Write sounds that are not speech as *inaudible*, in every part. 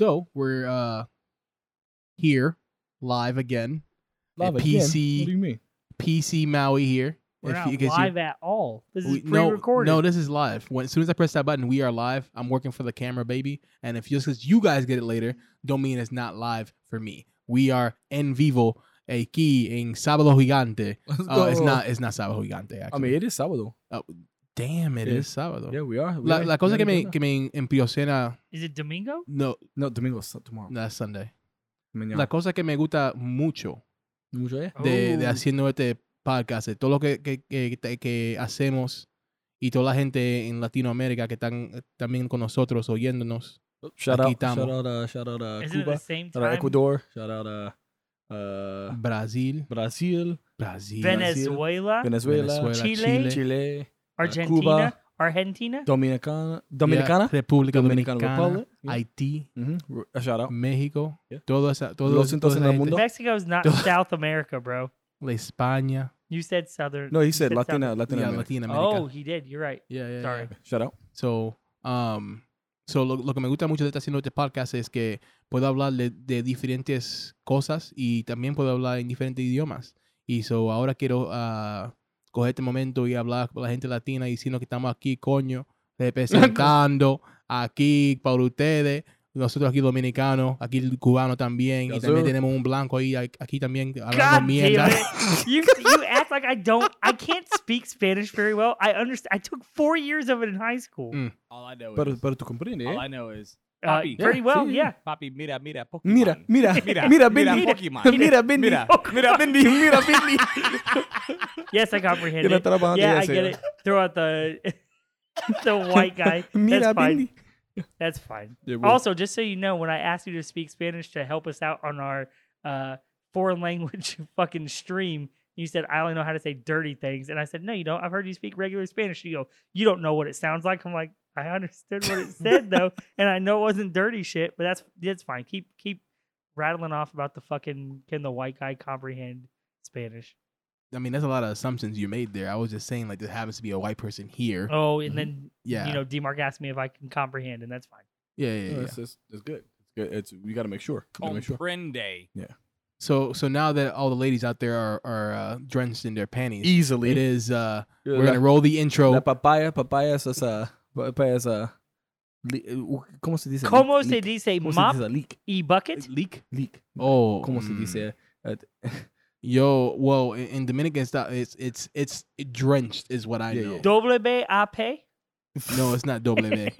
So we're uh here live again. Love At it. Yeah, PC What do you mean? PC Maui here. We're If not you- 'cause you- live at all. This is we- pre-recorded. No, no, this is live. When, as soon as I press that button, we are live. I'm working for the camera, baby. And if just because you guys get it later, don't mean it's not live for me. We are en vivo aquí en Sábado Gigante. Let's Uh, it's go. not. It's not Sábado Gigante. Actually. I mean, it is sábado. damn, it yeah. is Sábado. Yeah, we are. We La, are- la cosa we que are me doing que me empiocena Is it Domingo? no that. No, domingo is tomorrow. that's Sunday. Mañana. La cosa que me gusta mucho Mucho, eh? de, de Oh. haciendo este podcast, de todo lo que, que, que- que- que hacemos y toda la gente en Latinoamérica que están eh, también con nosotros oyéndonos. Oh, Shout Aquí out, estamos. shout out, uh, shout out, uh, Isn't it the Cuba. same Shout out, time? Ecuador. Shout out, uh, uh, Brasil, Brazil, Brasil, Venezuela, Venezuela, Venezuela, Chile, Chile, Chile, uh, Argentina, Cuba, Argentina. Dominicana, yeah, Dominicana, República Dominican Dominicana, Republic. Yeah. Haití, Mhm. A shout out. México, Yeah. todo esa, todo, Los toda entonces esa en el gente. mundo. Mexico is not South America, bro. la España, You said Southern. No, he you said Latina, Southern- Latina. yeah, America. Latinoamérica. Oh, he did. You're right. Yeah, yeah, yeah. Sorry. Shout out. So, um, so lo, lo que me gusta mucho de estar haciendo este podcast es que puedo hablar de, de diferentes cosas y también puedo hablar en diferentes idiomas. Y so ahora quiero ah, coger este momento y hablar con la gente latina y diciendo que estamos aquí, coño, *laughs* representando aquí para ustedes. Nosotros aquí dominicanos, aquí cubanos también, y Yes, también sir. tenemos un blanco ahí, a- aquí también hablando God mierda. damn it! You you act like I don't. I can't speak Spanish very well. I understand. I took four years of it in high school. Mm. All I know Pero, is pero tú comprendes, all I eh? know is Uh, Papi. pretty Yeah, well, see? yeah. Papi, mira, mira, *laughs* Pokemon. Mira, *laughs* mira, mira, mira, mira, Bendy. Pokemon. Mira, Bendy. mira, mira, Bendy, *laughs* mira, Bendy. Yes, I comprehend Yo la it. estaba bajando Yeah, de I ese. get it. Throw out the *laughs* the *laughs* white *laughs* guy. Mira, That's fine. Bendy. That's fine. Yeah, well, Also, just so you know, when I asked you to speak Spanish to help us out on our uh, foreign *laughs* language fucking stream, you said I only know how to say dirty things, and I said no, you don't. I've heard you speak regular Spanish. You go, you don't know what it sounds like. I'm like, I understood what it *laughs* said though, and I know it wasn't dirty shit, but that's that's fine. Keep keep rattling off about the fucking can the white guy comprehend Spanish? *laughs* I mean, there's a lot of assumptions you made there. I was just saying, like, there happens to be a white person here. Oh, Mm-hmm. and then yeah. you know, Demark asked me if I can comprehend, and that's fine. yeah, yeah, yeah. No, It's, it's, it's good. It's good. It's we got to make sure. We gotta Oh, make sure. Comprende. So so now that all the ladies out there are are uh, drenched in their panties, Easily. it is. Uh, Yeah, we're gonna la- roll the intro. La papaya, papaya es esa. Papaya es a. uh, ¿Cómo se dice? Como Leak, se leak. dice ¿Cómo mop se dice? Leak. e bucket? leak. Leak. Oh, ¿Cómo se mm. dice? Eh, Yo, well, in, in Dominican style, it's it's it's drenched is what I Yeah, know. yeah. W A P. No, it's not doble V,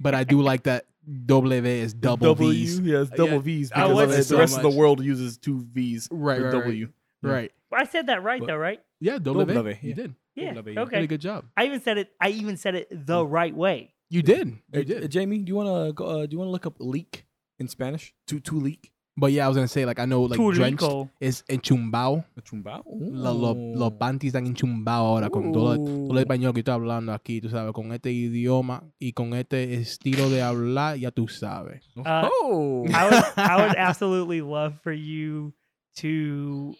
but I do like that doble V is double V's. Yeah, it's double Yeah, V's I because love of it the, so the rest of much. the world uses two V's. Right, with right, W. Yeah. Right. I said that right But- though, right? Yeah, doble, Doble V. V, You yeah. did. Yeah. W. You did a Okay. good job. I even said it. I even said it the right way. You did. Eh, You J- did. Jamie, do you wanna go, uh, do you wanna look up leak in Spanish? To to leak. But yeah, I was gonna say like I know like drenched Turico. is enchumbao. A chumbao. La- Los, los panties están enchumbados ahora con todo, todo el español que estoy hablando aquí, tú sabes, con este idioma y con este estilo de hablar, ya tú sabes. Uh, Oh. I would. I would absolutely love for you to.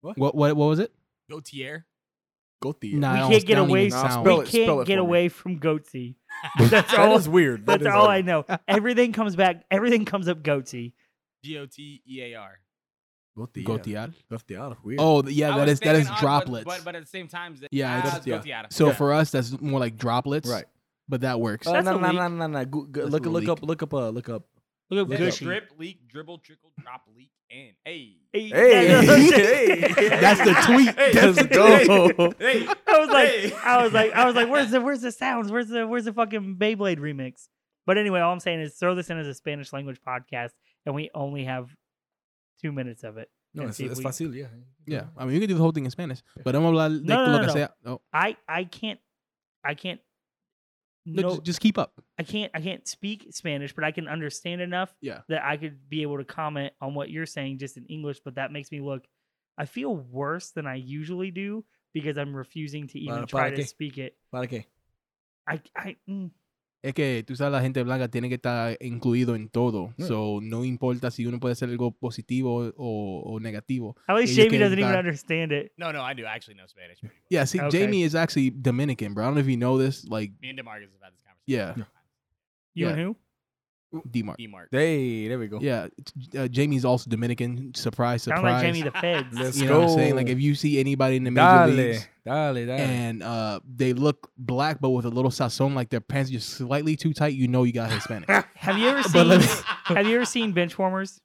What, what, what was it? Gautier. Gotier. Nah, We that don't- can't get that don't away even from- sound. Spell we it- spell can't it get for me. away from goatsy. That's That all. is weird. That That's is all odd. I know. Everything comes back. Everything comes up goatsy. G O T E A R. Gotier. Gotear. Gotier. Weird. Oh, th- yeah, I that was is that is thinking, uh, droplets. But, but, but at the same time, that- Yeah, ah, it's- it's yeah. Gautier. so Yeah. for us, that's more like droplets. Right. But that works. Uh, That's no, a no, leak. no, no, no. Go- go- That's Look, a look leak. up, look up, uh, look *laughs* up. Look Look at Then up. gushy. Drip, leak, dribble, trickle, drop, leak, in. Hey. Hey, *laughs* That's the tweet. Hey. That's Hey. the tweet. *laughs* Hey. I was like, Hey. I was like, I was like, *laughs* where's the where's the sounds? Where's the where's the fucking Beyblade remix? But anyway, all I'm saying is throw this in as a Spanish language podcast, and we only have two minutes of it. No, and it's, see if it's we- fácil, yeah. Yeah, I mean, you can do the whole thing in Spanish, but vamos a hablar de No, no, lo no, que no. sea. No, I I can't, I can't. no, No, just, just keep up. I can't. I can't speak Spanish, but I can understand enough Yeah. that I could be able to comment on what you're saying just in English. But that makes me look. I feel worse than I usually do because I'm refusing to even Para- try para to qué? speak it. ¿Para qué? I I. mm. Es que tú sabes, la gente blanca tiene que estar incluido en todo. Yeah. So, no importa si uno puede hacer algo positivo o, o negativo. At least Yeah, you Jamie doesn't can't, even uh, understand it. No, no, I do actually know Spanish. pretty well. Yeah, see, Okay. Jamie is actually Dominican, bro. I don't know if you know this. Like, Me and DeMarcus have had this conversation. Yeah. several times. You Yeah. and who? D-Mark. D Mark. Hey, there we go. Yeah, t- uh, Jamie's also Dominican. Surprise, Sound surprise. like Jamie the Feds. Let's you go. know what I'm saying? Like if you see anybody in the major dale, leagues dale, dale. and uh, they look black but with a little sazon, like their pants are just slightly too tight, you know you got *laughs* Hispanic. *laughs* Have you *laughs* ever But seen let me- *laughs* Have you ever *laughs* seen bench warmers?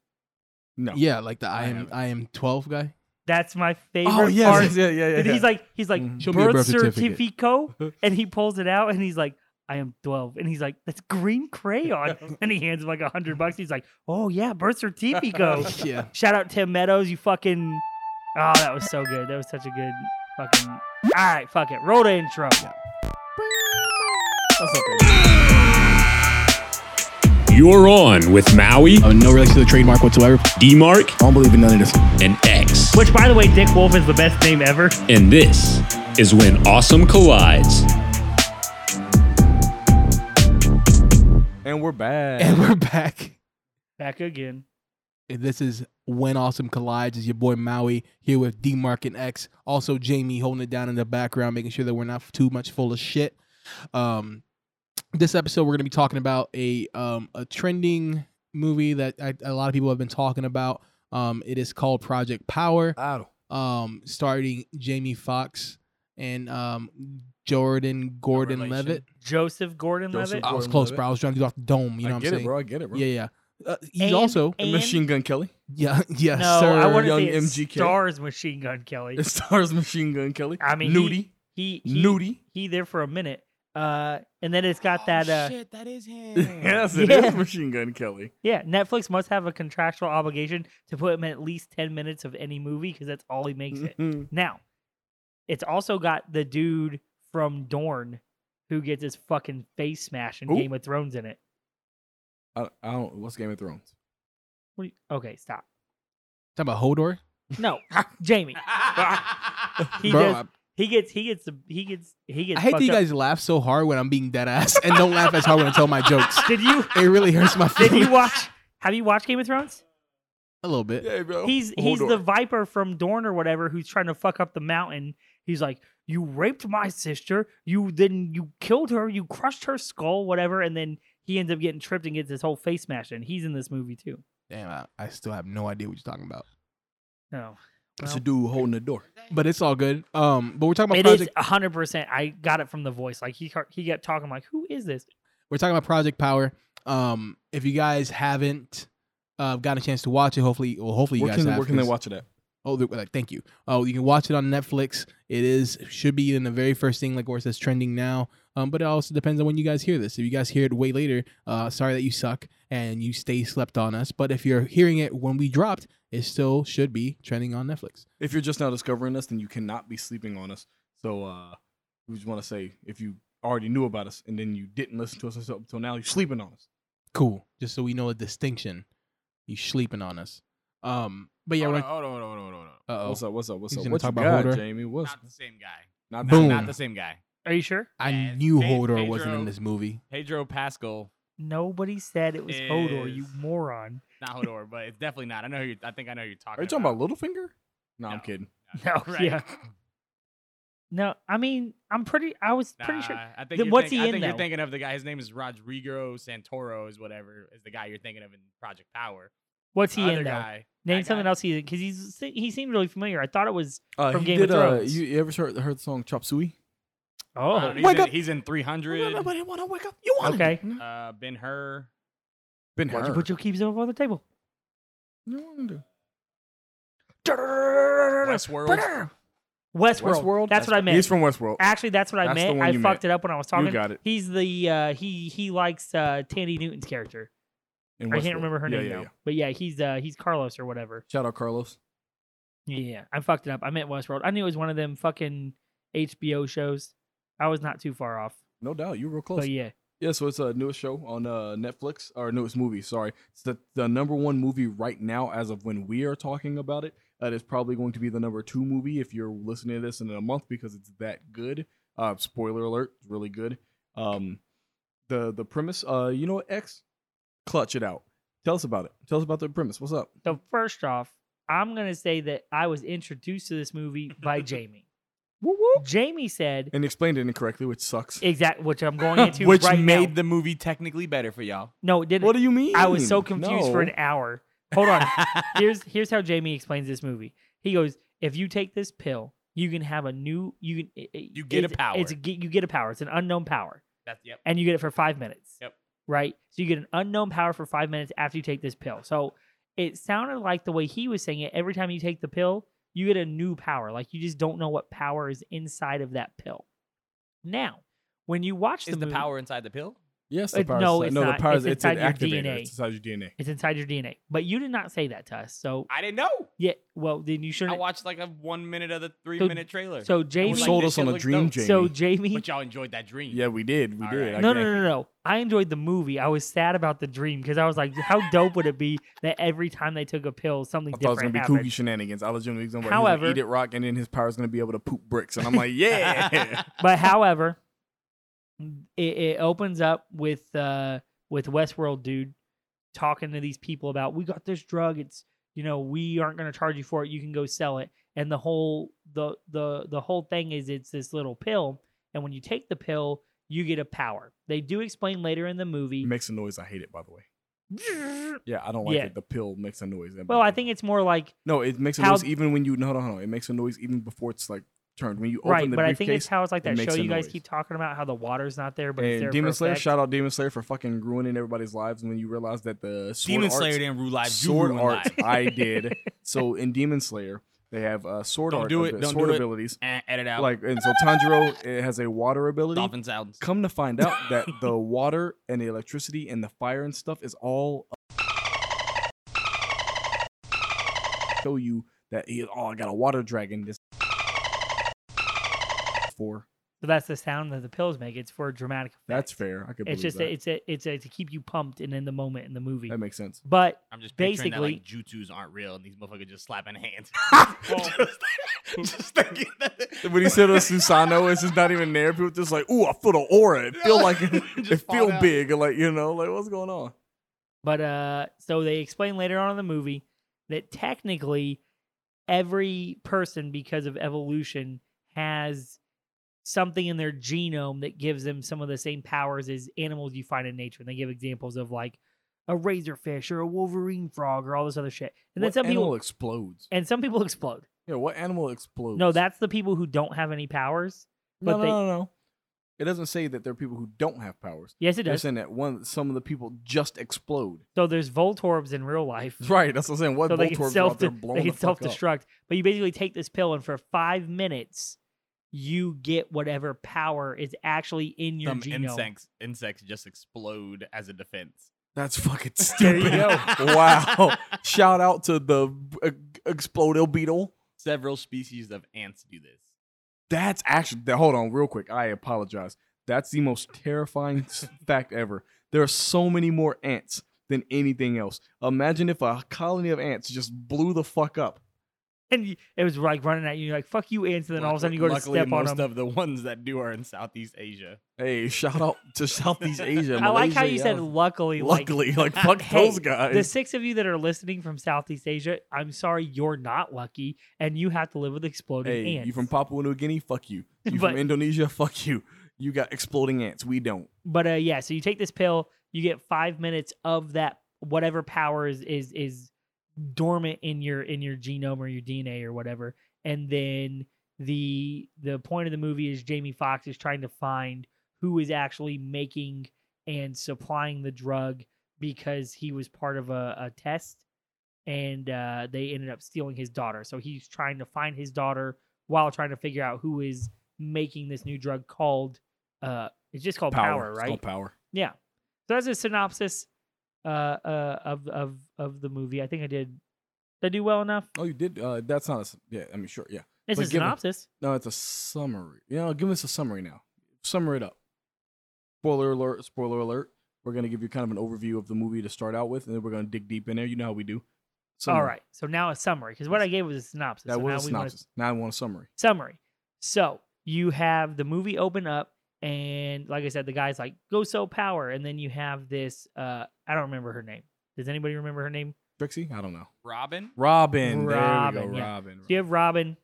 no. yeah, like the I, I am haven't. I am 12 *laughs* guy. That's my favorite Oh *laughs* part. yes, yeah, yeah, yeah. And yeah. he's like he's like Mhm. Show me your birth, birth certificate. certificate, *laughs* and he pulls it out and he's like, I am twelve, and he's like, that's green *laughs* crayon, and he hands him like a hundred bucks. He's like, oh yeah, *laughs* birth certificate. yeah. Shout out Tim Meadows, you fucking. Oh, that was so good. That was such a good fucking. All right, fuck it. Roll the intro. That's okay. You're on with Maui, Uh, Oh, no relation to the trademark whatsoever. D-Mark, I don't believe in none of this. and X. Which, by the way, Dick Wolf is the best name ever. And this is when awesome collides. And we're back. And we're back. Back again. And This is When Awesome Collides. Is your boy Maui here with D Mark and X. Also Jamie holding it down in the background, making sure that we're not too much full of shit. Um, this episode we're gonna be talking about a um a trending movie that I, a lot of people have been talking about. Um, it is called Project Power. Claro. Um, starting Jamie Foxx and um Jordan Gordon relation. Levitt. Joseph Gordon-Levitt. Joseph I was Gordon-Levitt. close, bro. I was trying to get off the dome. You know I what get I'm it, saying? bro. I get it, bro. Yeah, yeah. Uh, he's And- also And and- Machine Gun Kelly. yeah, *laughs* yeah, no, sir. I want Young to say it MGK. stars Machine Gun Kelly. It stars Machine Gun Kelly. I mean, Nudie. He he, Nudie. he there for a minute. Uh, and then it's got that. Uh, shit, that is him. *laughs* yes, it Yeah. is Machine Gun Kelly. yeah, Netflix must have a contractual obligation to put him in at least ten minutes of any movie because that's all he makes it. Mm-hmm. Now, it's also got the dude from Dorn who gets his fucking face smashed in Who? Game of Thrones in it. I, I don't. What's Game of Thrones? What do you- okay, stop. talking about Hodor. *laughs* No, Jamie. He Bro, does. I- he gets. He gets. the- He gets. He gets. I hate that fucked you up. guys laugh so hard when I'm being dead ass and don't laugh as hard when I tell my jokes. Did you? It really hurts my Did *laughs* feelings you watch? Have you watched Game of Thrones? a little bit. Yeah, bro. He's he's the Viper from Dorne or whatever who's trying to fuck up the mountain. He's like, you raped my sister. You then you killed her. You crushed her skull, whatever, and then he ends up getting tripped and gets his whole face smashed. And he's in this movie too. Damn, I, I still have no idea what you're talking about. No, It's well. a dude holding the door. But it's all good. Um, but we're talking about It is project. a hundred percent. I got it from the voice. Like he ca- he kept talking like, who is this? We're talking about Project Power. Um, if you guys haven't uh, gotten a chance to watch it, hopefully, well, hopefully you Where guys can, have. where can they 'cause- watch it at? Oh, they- like, thank you. Oh, you can watch it on Netflix. It is should be in the very first thing, like where it says trending now. Um, but it also depends on when you guys hear this. If you guys hear it way later, uh, sorry that you suck and you stay slept on us. But if you're hearing it when we dropped, it still should be trending on Netflix. If you're just now discovering us, then you cannot be sleeping on us. So uh, we just want to say if you already knew about us and then you didn't listen to us up until now, you're sleeping on us. Cool. Just so we know a distinction. You sleeping on us. Um, but yeah, Hold we're on, hold on, hold on, hold on, hold on. uh What's up? What's up? What's He's up? gonna What talk you about got, Hodor. Jamie? What's Not the same guy. not Not- Boom. Not the same guy. Are you sure? I Yes, knew Pe- Hodor wasn't in Pedro. this movie. Pedro Pascal. Nobody said it was Hodor. You Is- moron. Not Hodor, but it's definitely not. I know who you're, I think I know who you're talking Are you talking about Littlefinger? No, I'm No. kidding. No, *laughs* Right. yeah. No, I mean, I'm pretty. I was pretty Nah, sure. I think Then you're what's think- he I in, think you're though? thinking of the guy. His name is Rodrigo Santoro, is whatever, is the guy you're thinking of in Project Power. What's The he other in though? guy. Name that something guy. else he's in because he's se- he seemed really familiar. I thought it was Uh, From he Game of did, uh, Thrones. you, you ever heard, heard the song Chop Suey? I don't oh know, Wake he's, up. in, he's in 300. want to wake up. You wanted Okay. it. Uh, ben Hur. Been Why'd you put your keys up on the table? Westworld. Westworld. That's, what I meant. He's from Westworld. Actually, that's what I That's the meant. one I you fucked meant. it up when I was talking. got it. He's the uh, he he likes uh, Tandy Newton's character. In I can't Westworld. remember her Yeah, name yeah, now, yeah. but yeah, he's uh, he's Carlos or whatever. Shout out Carlos. Yeah, yeah, I fucked it up. I meant Westworld. I knew it was one of them fucking HBO shows. I was not too far off. No doubt, you were real close. But Yeah. yeah, so it's a newest show on uh, Netflix or newest movie. Sorry, it's the, the number one movie right now as of when we are talking about it. That is probably going to be the number two movie if you're listening to this in a month because it's that good. Uh, spoiler alert, it's really good. Um, the the premise, uh, you know what? X, clutch it out. Tell us about it. Tell us about the premise. What's up? *laughs* so first off, I'm gonna say that I was introduced to this movie by Jamie. Jamie said and explained it incorrectly, which sucks. exact, which I'm *laughs* going into Which right made now. the movie technically better for y'all. no, it didn't. what do you mean? I was so confused for an No. hour. Hold *laughs* on. here's here's how Jamie explains this movie. He goes, "If you take this pill, you can have a new you can it- it- You get a it's- power. It's a, ge- you get a power. It's an unknown power, That's yep. and you get it for five minutes. Yep. Right. So you get an unknown power for five minutes after you take this pill. So it sounded like the way he was saying it. Every time you take the pill, you get a new power. Like you just don't know what power is inside of that pill. Now, when you watch Is the the movie- power inside the pill? Yes, the It- powers. no, no, it's the not. powers. It's It's, an inside your activator. DNA. It's inside your DNA. it's inside your DNA, but you did not say that to us. So I didn't know. yeah, well then you I shouldn't. watched like a one minute of the three So- minute trailer. So I You was Jamie, like, sold this us shit on a looks dream, dope. Jamie. so Jamie, but y'all enjoyed that dream. *laughs* yeah, we did. We All did. right. I No, guess. no, no, no, no. I enjoyed the movie. I was sad about the dream because I was like, how dope would it be that every time they took a pill, something I thought it was gonna different be happened? kooky shenanigans. I was gonna be somebody However- However, eat it rock, and then his power's gonna be able to poop bricks, and I'm like, *laughs* yeah. But however, it, it opens up with uh, with Westworld dude talking to these people about we got this drug. It's you know we aren't going to charge you for it. You can go sell it. And the whole the the the whole thing is it's this little pill, and when you take the pill, you get a power. They do explain later in the movie. it makes a noise. I hate it. By the way. Yeah, I don't like Yeah. it. The pill makes a noise. Well, I think it's more like no, it makes a how- noise even when you no, no, no. It makes a noise even before it's like turned. When you open right, the but I think briefcase. it's how it's like it that show makes a you guys noise. keep talking about how the water's not there, but it's there and Demon for Slayer, effect. shout out Demon Slayer for fucking ruining everybody's lives when you realize that the sword Demon arts- Slayer didn't rule lives. sword you ruined art. *laughs* lives. I *laughs* did. So in Demon Slayer, they have uh, sword Don't art, do abi- it, don't sword do it. abilities. Eh, edit out. Like and so Tanjiro it has a water ability. dolphin sounds. Come to find out *laughs* that the water and the electricity and the fire and stuff is all show you that he, oh I got a water dragon this for So that's the sound that the pills make. It's for dramatic effect. that's fair. I could believe it's just that. A, it's a, it's a, to keep you pumped and in the moment in the movie. that makes sense. But I'm just picturing that like Basically- jutsus aren't real and these motherfuckers just *laughs* slapping hands. *laughs* Well- just, *laughs* just thinking that *laughs* When he said a Susano, it's just not even there. People just like, ooh, I feel the aura. It feel *laughs* like it, *laughs* Just it fall feel down. big. Like you know, like what's going on? but uh, so they explain later on in the movie that technically every person, because of evolution, has something in their genome that gives them some of the same powers as animals you find in nature. And they give examples of like a razorfish or a wolverine frog or all this other shit. And then What some animal people explodes. and some people explode. Yeah, what animal explodes? No, that's the people who don't have any powers. no, but no, they- no, no. It doesn't say that there are people who don't have powers. Yes, it They're does. saying that one, some of the people just *laughs* explode. So there's Voltorbs in real life. Right. That's what I'm saying. What so they can Voltorbs are self out there blowing they can the fuck self up? destruct. But you basically take this pill, and for five minutes, you get whatever power is actually in your some genome. insects insects just explode as a defense. That's fucking *laughs* There you *laughs* stupid. *laughs* wow. Shout out to the uh, Explodo Beetle. *laughs* Several species of ants do this. That's actually th- hold on real quick. I apologize. That's the most terrifying s- *laughs* fact ever. There are so many more ants than anything else. Imagine if a colony of ants just blew the fuck up. And you, it was like running at you, you're like "fuck you, ants," and then all of a sudden you go to Luckily, step on most them. of the ones that do are in Southeast Asia. Hey, shout out to *laughs* Southeast Asia. I like how Malaysia, you said yeah. "luckily." like, luckily. Like, fuck *laughs* Hey, those guys. the six of you that are listening from Southeast Asia, I'm sorry you're not lucky, and you have to live with exploding hey, ants. you from Papua New Guinea? Fuck *laughs* you. You But- from Indonesia? *laughs* Fuck you. You got exploding ants. We don't. but uh yeah so you take this pill you get five minutes of that whatever power is is is dormant in your in your genome or your dna or whatever and then the the point of the movie is jamie fox is trying to find who is actually making and supplying the drug because he was part of a, a test and uh, they ended up stealing his daughter so he's trying to find his daughter while trying to figure out who is making this new drug called uh it's just called power, It's right called power. yeah. So that's a synopsis uh, uh, of of of the movie. I think I did. Did I do well enough? Oh, you did. Uh, that's not a. s- Yeah, I mean, sure. Yeah. It's But a give it- synopsis. No, it's a summary. You know, give us a summary now. Summer it up. Spoiler alert, spoiler alert. We're going to give you kind of an overview of the movie to start out with, and then we're going to dig deep in there. You know how we do. Summary. All right. So now a summary because what I gave was a synopsis. That so now was a we wanna- synopsis. Now I want a summary. summary. So you have the movie open up, and like I said, the guy's like, "Go so power," and then you have this. Uh, I don't remember her name. Does anybody remember her name? Trixie? I don't know. Robin, Robin. there we Robin, go. yeah. Robin. So you have Robin,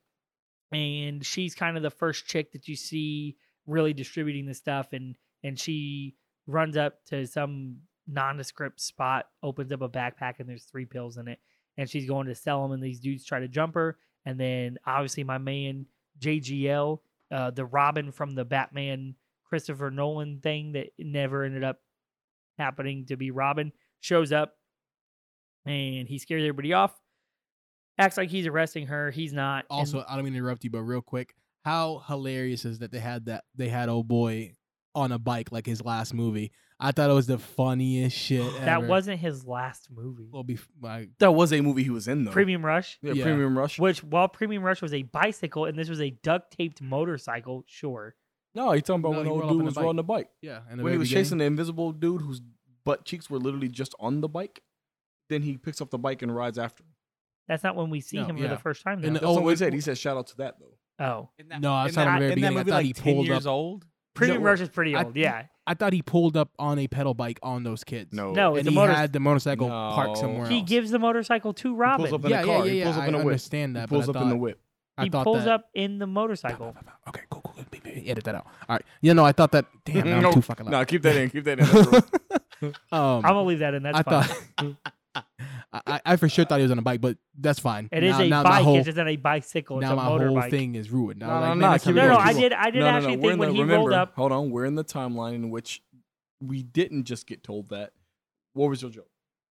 and she's kind of the first chick that you see really distributing this stuff and and she runs up to some nondescript spot opens up a backpack and there's three pills in it and she's going to sell them and these dudes try to jump her and then obviously my man jgl uh, the robin from the batman christopher nolan thing that never ended up happening to be robin shows up and he scares everybody off acts like he's arresting her he's not and- Also, I don't mean to interrupt you, but real quick, how hilarious is that they had that they had old boy on a bike like his last movie? I thought it was the funniest shit. That ever. wasn't his last movie. well, bef- like, That was a movie he was in though. Premium Rush, yeah, Yeah. Premium Rush. which while Premium Rush was a bicycle and this was a duct taped motorcycle, sure. No, you talking about No, when he old rolled up dude on a was bike. riding a bike. yeah, and When he was chasing the invisible dude whose butt cheeks were literally just on the bike, then he picks up the bike and rides after. him. That's not when we see No, him for yeah. the first time. And Though. That's Oh, not what he it- said. He said shout out to that though. oh, Isn't that- No, I isn't saw it in the that- very isn't that beginning. I movie thought like he 10 pulled years up- old. Premium what- Rush is pretty I old. yeah, I thought he pulled up on a pedal bike on those kids. No, and the he Oh, motor- had the motorcycle No. parked somewhere. he else. gives the motorcycle to He pulls Robin. up in yeah, a yeah, car. yeah, he yeah. pulls up I in a whip. understand that. He but I pulls up thought, in the whip. I he thought pulls that, up in the motorcycle. Okay, cool, cool, cool. Edit that out. All right. You know, I thought *laughs* that. Damn, now I'm No, too fucking No, *laughs* loud. keep *laughs* that in. Keep that in. That's real. *laughs* um, I'm gonna leave that in. That's I fine. thought. I- I, I for sure thought he was on a bike, but that's fine. it *laughs* is now, a now my bike. whole- It's just not a bicycle. It's now a my whole motorbike. thing is ruined. No, Now, no, like, no, man, that's how keep No, we no, go. I did. I did no, no, no. We're actually in think when the, he remember, rolled up. Hold on, we're in the timeline in which we didn't just get told that. What was your joke?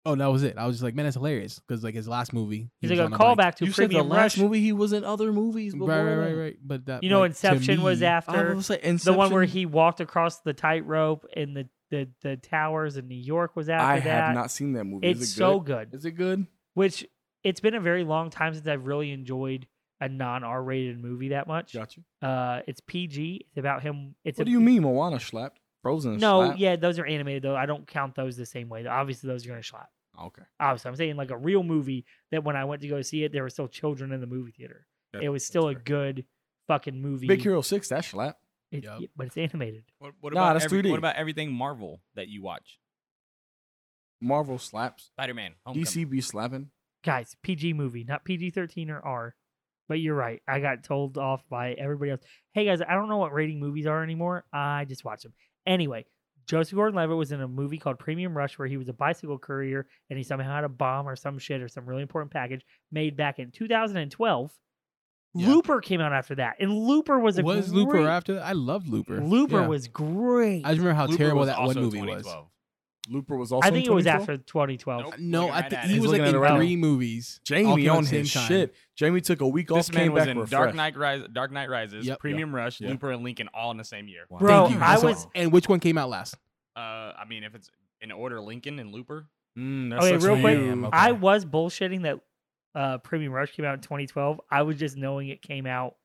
Oh, that was it. I was just like, man, that's hilarious because like his last movie, he He's was like a on bike. callback to Premium Rush. movie he was in other movies. blah, Right, blah, right, blah. right, right. But that, You know, like, to Inception was me- after. I was like, the one where Inception? he walked across the tightrope in the, the the towers in New York was after I that. have not seen that movie. it's Is it so good? good. Is it good? Which it's been a very long time since I've really enjoyed a non R rated movie that much. Gotcha. Uh, it's PG. It's about him. It's What a, do you mean Moana slapped? Frozen No, slapped? yeah, those are animated though. I don't count those the same way. Obviously, those are gonna slap. Okay. Obviously, I'm saying like a real movie that when I went to go see it, there were still children in the movie theater. Yeah, it was still a that's fair. good fucking movie. Big Hero 6, that slap. It- Yup. yeah, but it's animated. What, what Nah, about that's every- 3D. What about everything Marvel that you watch? Marvel slaps. Spider-Man, Homecoming. DC be slapping. guys, PG movie, not PG 13 or R. But you're right. I got told off by everybody else. Hey guys, I don't know what rating movies are anymore. I just watch them. Anyway, Joseph Gordon-Levitt was in a movie called Premium Rush where he was a bicycle courier and he somehow had a bomb or some shit or some really important package made back in 2012. Yeah. Looper came out after that, and Looper was a was great, Looper after that? I loved Looper. Looper Yeah. was great. I just remember how Looper terrible was that one also movie was. 2012. Looper was also I in think it was 2012? after 2012. Nope. No, Looking I right think at he was it. He's like looking in at it right three movies. all Jamie came out on at the his same time. shit. Jamie took a week off, This man came was back in refreshed. Dark Knight Rise, Dark Knight Rises, Yep. Premium Rush, Yeah. Looper, and Lincoln all in the same year. Wow. Bro, Thank you. I That's all. was- And which one came out last? Uh, I mean, if it's in order, Lincoln and Looper. Mm, that Okay, sucks real for quick, you. okay. I was bullshitting that uh, Premium Rush came out in 2012. I was just knowing it came out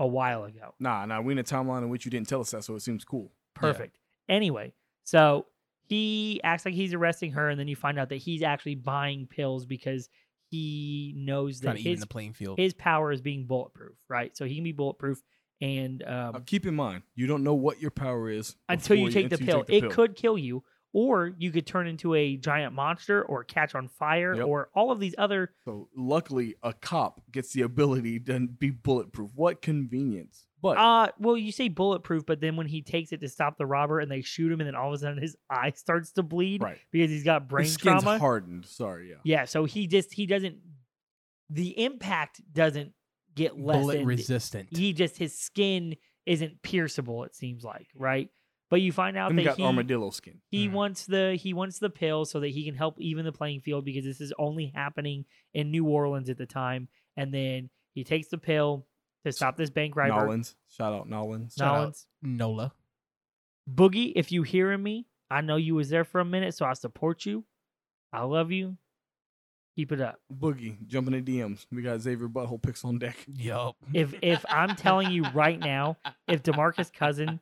a while ago. Nah, nah, we in a timeline in which you didn't tell us that, so it seems cool. Perfect. Anyway, so he acts like he's arresting her, and then you find out that he's actually buying pills because he knows Trying to that even his, the playing field. his power is being bulletproof, right? So he can be bulletproof, and um, Now, Uh, keep in mind, you don't know what your power is until you before take the until pill. you it could kill you, or you could turn into a giant monster, or catch on fire, Yep. or all of these other So luckily, a cop gets the ability to be bulletproof. What convenience! But Uh, well, you say bulletproof, but then when he takes it to stop the robber and they shoot him, and then all of a sudden his *laughs* eye starts to bleed right, because he's got brain his skin's trauma. hardened. Sorry, yeah. Yeah, so he just he doesn't. The impact doesn't get Bullet lessened. resistant. He just his skin isn't pierceable. It seems like right, but you find out Him that got he armadillo skin. he Mm. wants the he wants the pill so that he can help even the playing field because this is only happening in New Orleans at the time, and then he takes the pill to stop this bank robber. Nolans, shout out Nolans. Shout out. Nolans. Nola. Boogie, if you hearing me, I know you was there for a minute, so I support you. I love you. Keep it up. Boogie jumping in DMs. We got Xavier Butthole picks on deck. Yup. If if I'm telling you right now, if Demarcus Cousin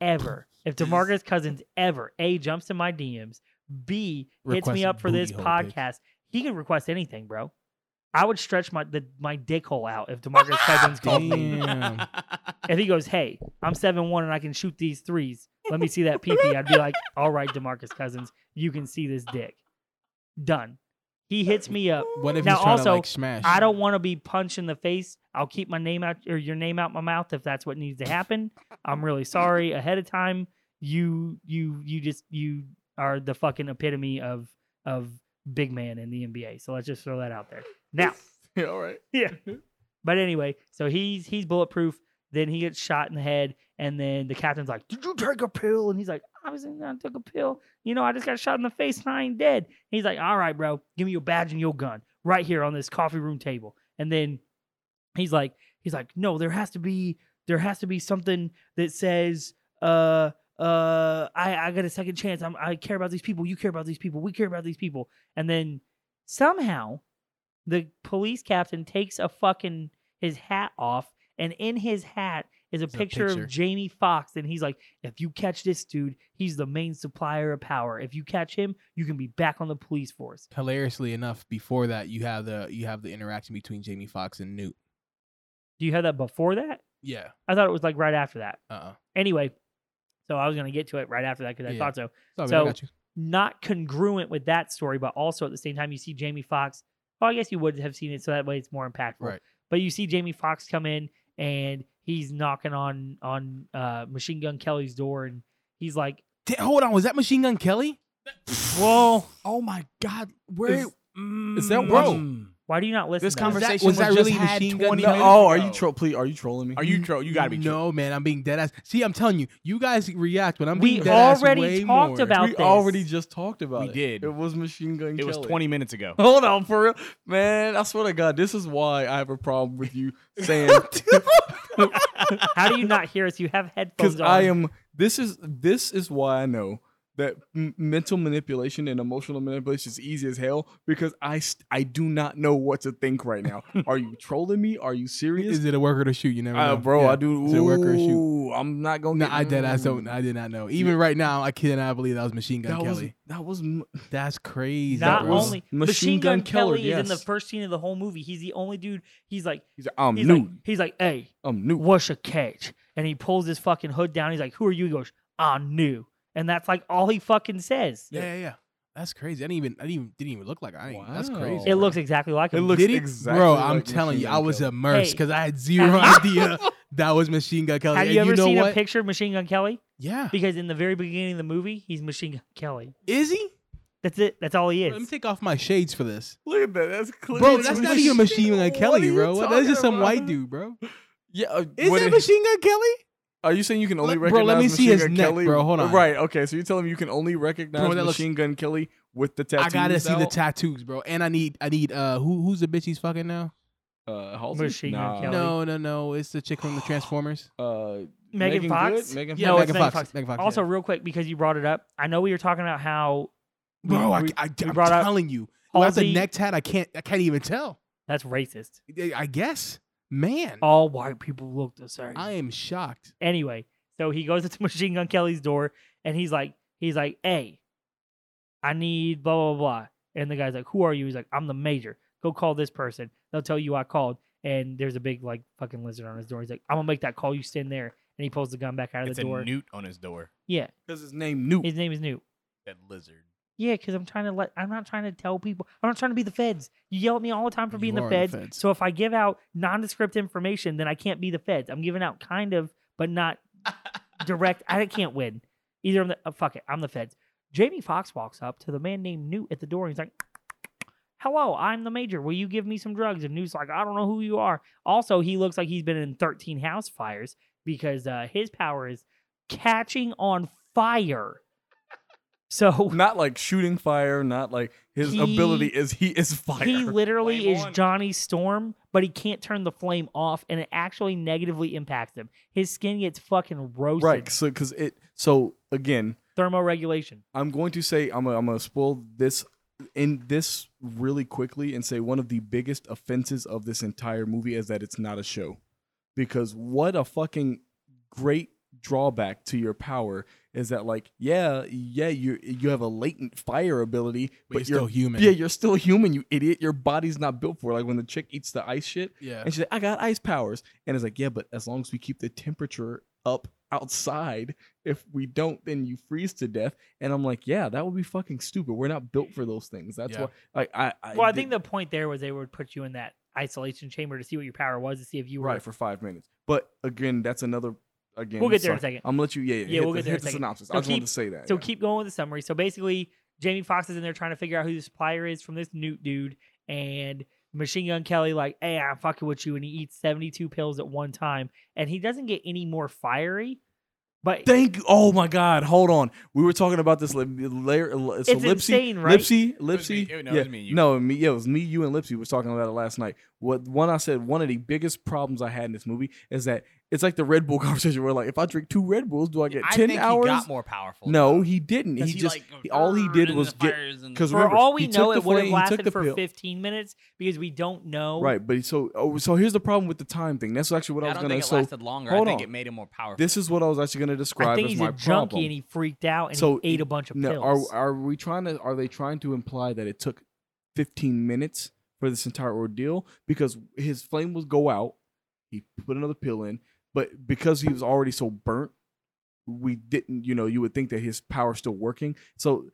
ever, if Demarcus Cousins ever a jumps in my DMs, b hits Request me up for this booty hole pic. podcast, he can request anything, bro. I would stretch my the, my dick hole out if *laughs* Demarcus Cousins called me. Damn. If he goes, "Hey, I'm seven one and I can shoot these threes. Let me see that PP." I'd be like, "All right, Demarcus Cousins, you can see this dick." Done. He hits me up. What if Now, he's trying to also, like smash? I don't want to be punched in the face. I'll keep my name out or your name out my mouth if that's what needs to happen. I'm really sorry ahead of time. You you you just you are the fucking epitome of of big man in the NBA. So let's just throw that out there. Now, *laughs* Yeah, all right. yeah. But anyway, so he's he's bulletproof. Then he gets shot in the head, and then the captain's like, "Did you take a pill?" And he's like, "Obviously, I took a pill. You know, I just got shot in the face, and I ain't dead." He's like, "All right, bro, give me your badge and your gun right here on this coffee room table." And then he's like, he's like, "No, there has to be there has to be something that says, uh, uh, I I got a second chance. I'm, I care about these people. You care about these people. We care about these people." And then somehow the police captain takes a fucking his hat off, and in his hat is a, It's a picture, picture. of Jamie Foxx, and he's like, "If you catch this dude, he's the main supplier of power. If you catch him, you can be back on the police force." Hilariously enough, before that, you have the you have the interaction between Jamie Foxx and Newt. Do you have that before that? Yeah. I thought it was like right after that. Uh. Anyway, so I was gonna get to it right after that because I Yeah. thought so. uh So- I got you. not congruent with that story, but also at the same time, you see Jamie Foxx. Well, I guess you would have seen it, so that way it's more impactful. Right. But you see Jamie Foxx come in and he's knocking on on uh, Machine Gun Kelly's door, and he's like, Da- hold on, was that Machine Gun Kelly? *laughs* "Whoa, Oh my God, Is- is that Bro. Mm. why do you not listen?" This to us?" conversa- conversation was was, that really just had Machine Gun 20 No, No, minutes oh, are you ago. tro- please? Are you trolling me? Are you tro- You gotta be No, man, I'm being dead ass. See, I'm telling you, you guys react when I'm We being dead already ass way talked more. about we this. already just talked about We it. did. It was Machine Gun It was Kelly. 20 minutes ago. *laughs* Hold on, for real, man. I swear to God, this is why I have a problem with *laughs* you saying How do you not hear us? You *laughs* have headphones because on. I am. This is this is why I know that m- mental manipulation and emotional manipulation is easy as hell because I st- I do not know what to think right *laughs* now. Are you trolling me? Are you serious? Is it a worker to shoot? You never know, Uh, bro, Yeah. I do. Is it a work or a shoot? Ooh, I'm not gonna. No, get, I dead ass don't. Mm. I did not know. Even right now, I cannot believe that was Machine Gun That was Kelly. that was m- That's crazy. not that was only Machine Gun, Gun Kelly Kelly, is in the yes. first scene of the whole movie. He's the only dude. He's like, he's like, I'm he's new. like, he's like, hey, I'm new. what's your catch? And he pulls his fucking hood down. He's like, who are you? He goes, I knew. And that's like all he fucking says. Yeah, yeah, yeah. That's crazy. I didn't even. I didn't even. Didn't even look like I. That's Wow. crazy. It looks exactly like It him. looks Did he? exactly. Bro, like I'm Machine telling you, Gun I was Kelly. immersed Hey. because I had *laughs* zero *laughs* idea that was Machine Gun Kelly. Have and you ever know seen what? a picture of Machine Gun Kelly? Yeah. Because in the very beginning of the movie, he's Machine Gun Kelly. Is he? That's it. That's all he Let me is. take off my shades for this. Look at that. That's clear. Bro, It's that's not even Machine Gun What Kelly, are you bro. That's just some talking white about? dude, bro. Yeah. uh, Is when that it- Machine Gun Kelly? Are you saying you can only Let- bro, recognize let me see Machine his Gun neck, Kelly? bro. Hold on. Right. Okay. So you telling me you can only recognize that looks- Machine Gun Kelly with the tattoo? I gotta see the tattoos, bro. And I need, I need. Uh, who, who's the bitch he's fucking now? uh, Halsey? Machine Gun Nah. Kelly. No, no, no. It's the chick from the Transformers. Uh, Megan, Megan Fox? Good? Megan Yeah, *sighs* no, Fox? it's Megan Megan Fox. Fox. Megan Fox, also, yeah. real quick, because you brought it up, I know we were talking about how we- Bro, I, we- I, I'm brought up telling you, without the Halsey- neck tat, I can't, I can't even tell. that's racist. I guess, man, All white people look the same. I am shocked. Anyway, so he goes *laughs* to Machine Gun Kelly's door and he's like, he's like, hey, I need blah blah blah. And the guy's like, who are you? He's like, I'm the major. Go call this person. They'll tell you I called. And there's a big like fucking lizard on his door. He's like, I'm gonna make that call. You stand there. And he pulls the gun back out of It's the a door. newt on his door. yeah, Because his name Newt. his name is Newt. That lizard. Yeah, because I'm trying to let. I'm not trying to tell people. I'm not trying to be the feds. You yell at me all the time for being You the are the feds, feds. So if I give out nondescript information, then I can't be the feds. I'm giving out kind of, but *laughs* not direct. I can't win either. I'm the oh, fuck it. I'm the feds. Jamie Foxx walks up to the man named Newt at the door. And he's like, "Hello, I'm the major. Will you give me some drugs?" And Newt's like, "I don't know who you are." Also, he looks like he's been in 13 house fires because uh, his power is catching on fire. So Not like shooting fire. Not like his He- ability is he is fire. *laughs* He literally Flame is on. Johnny Storm, but he can't turn the flame off, and it actually negatively impacts him. His skin gets fucking roasted. right. So because it. So again, Thermoregulation. I'm going to say I'm gonna- I'm gonna spoil this in this really quickly and say one of the biggest offenses of this entire movie is that it's not a show. Because what a fucking great drawback to your power is that like yeah yeah you you have a latent fire ability But, but you're still you're human. yeah you're still human you idiot your body's not built for it. like when the chick eats the ice shit yeah. and she's like, I got ice powers. And it's like, yeah, but as long as we keep the temperature up outside. If we don't, then you freeze to death. And I'm like, yeah, that would be fucking stupid. We're not built for those things. That's Yeah. why. Like, I, I Well, I think did- the point there was they would put you in that isolation chamber to see what your power was to see if you were. right for five minutes. But again, that's another. Again, We'll get there in a sorry. second. I'm gonna let you. Yeah, yeah. Yeah, hit we'll the, get there in hit a the second. synopsis. So I just wanted keep- to say that. So yeah. keep going with the summary. So basically, Jamie Foxx is in there trying to figure out who the supplier is from this Newt dude, and Machine Gun Kelly like, "Hey, I'm fucking with you," and he eats 72 pills at one time, and he doesn't get any more fiery. But Thank you. Oh my God! Hold on. We were talking about this. li- Layer, so It's Lipsy, insane, right? Lipsy, was me- Lipsy. it- no, yeah. it was me and you. No, me. Yeah, it was me. You and Lipsy was talking about it last night. What one I said? One of the biggest problems I had in this movie is that it's like the Red Bull *laughs* conversation. Where like, if I drink two Red Bulls, do I get I ten think hours? he got more powerful. no, though. he didn't. 'Cause He, just like, he- all he "Grrr," did and was the get fires and- because for all we he know, took it the would have flame, he took lasted the for pill. 15 minutes because we don't know. Right, but he- so oh, so here's the problem with the time thing. That's actually what I, I was don't gonna. think it so lasted longer. hold I think on. it made him more powerful. this is what I was actually gonna describe I think as he's my a junkie problem. and he freaked out and So, he ate a bunch of No, pills. are are we trying to are they trying to imply that it took 15 minutes for this entire ordeal because his flame would go out, he put another pill in, but because he was already so burnt, we didn't, you know, you would think that his power's still working. So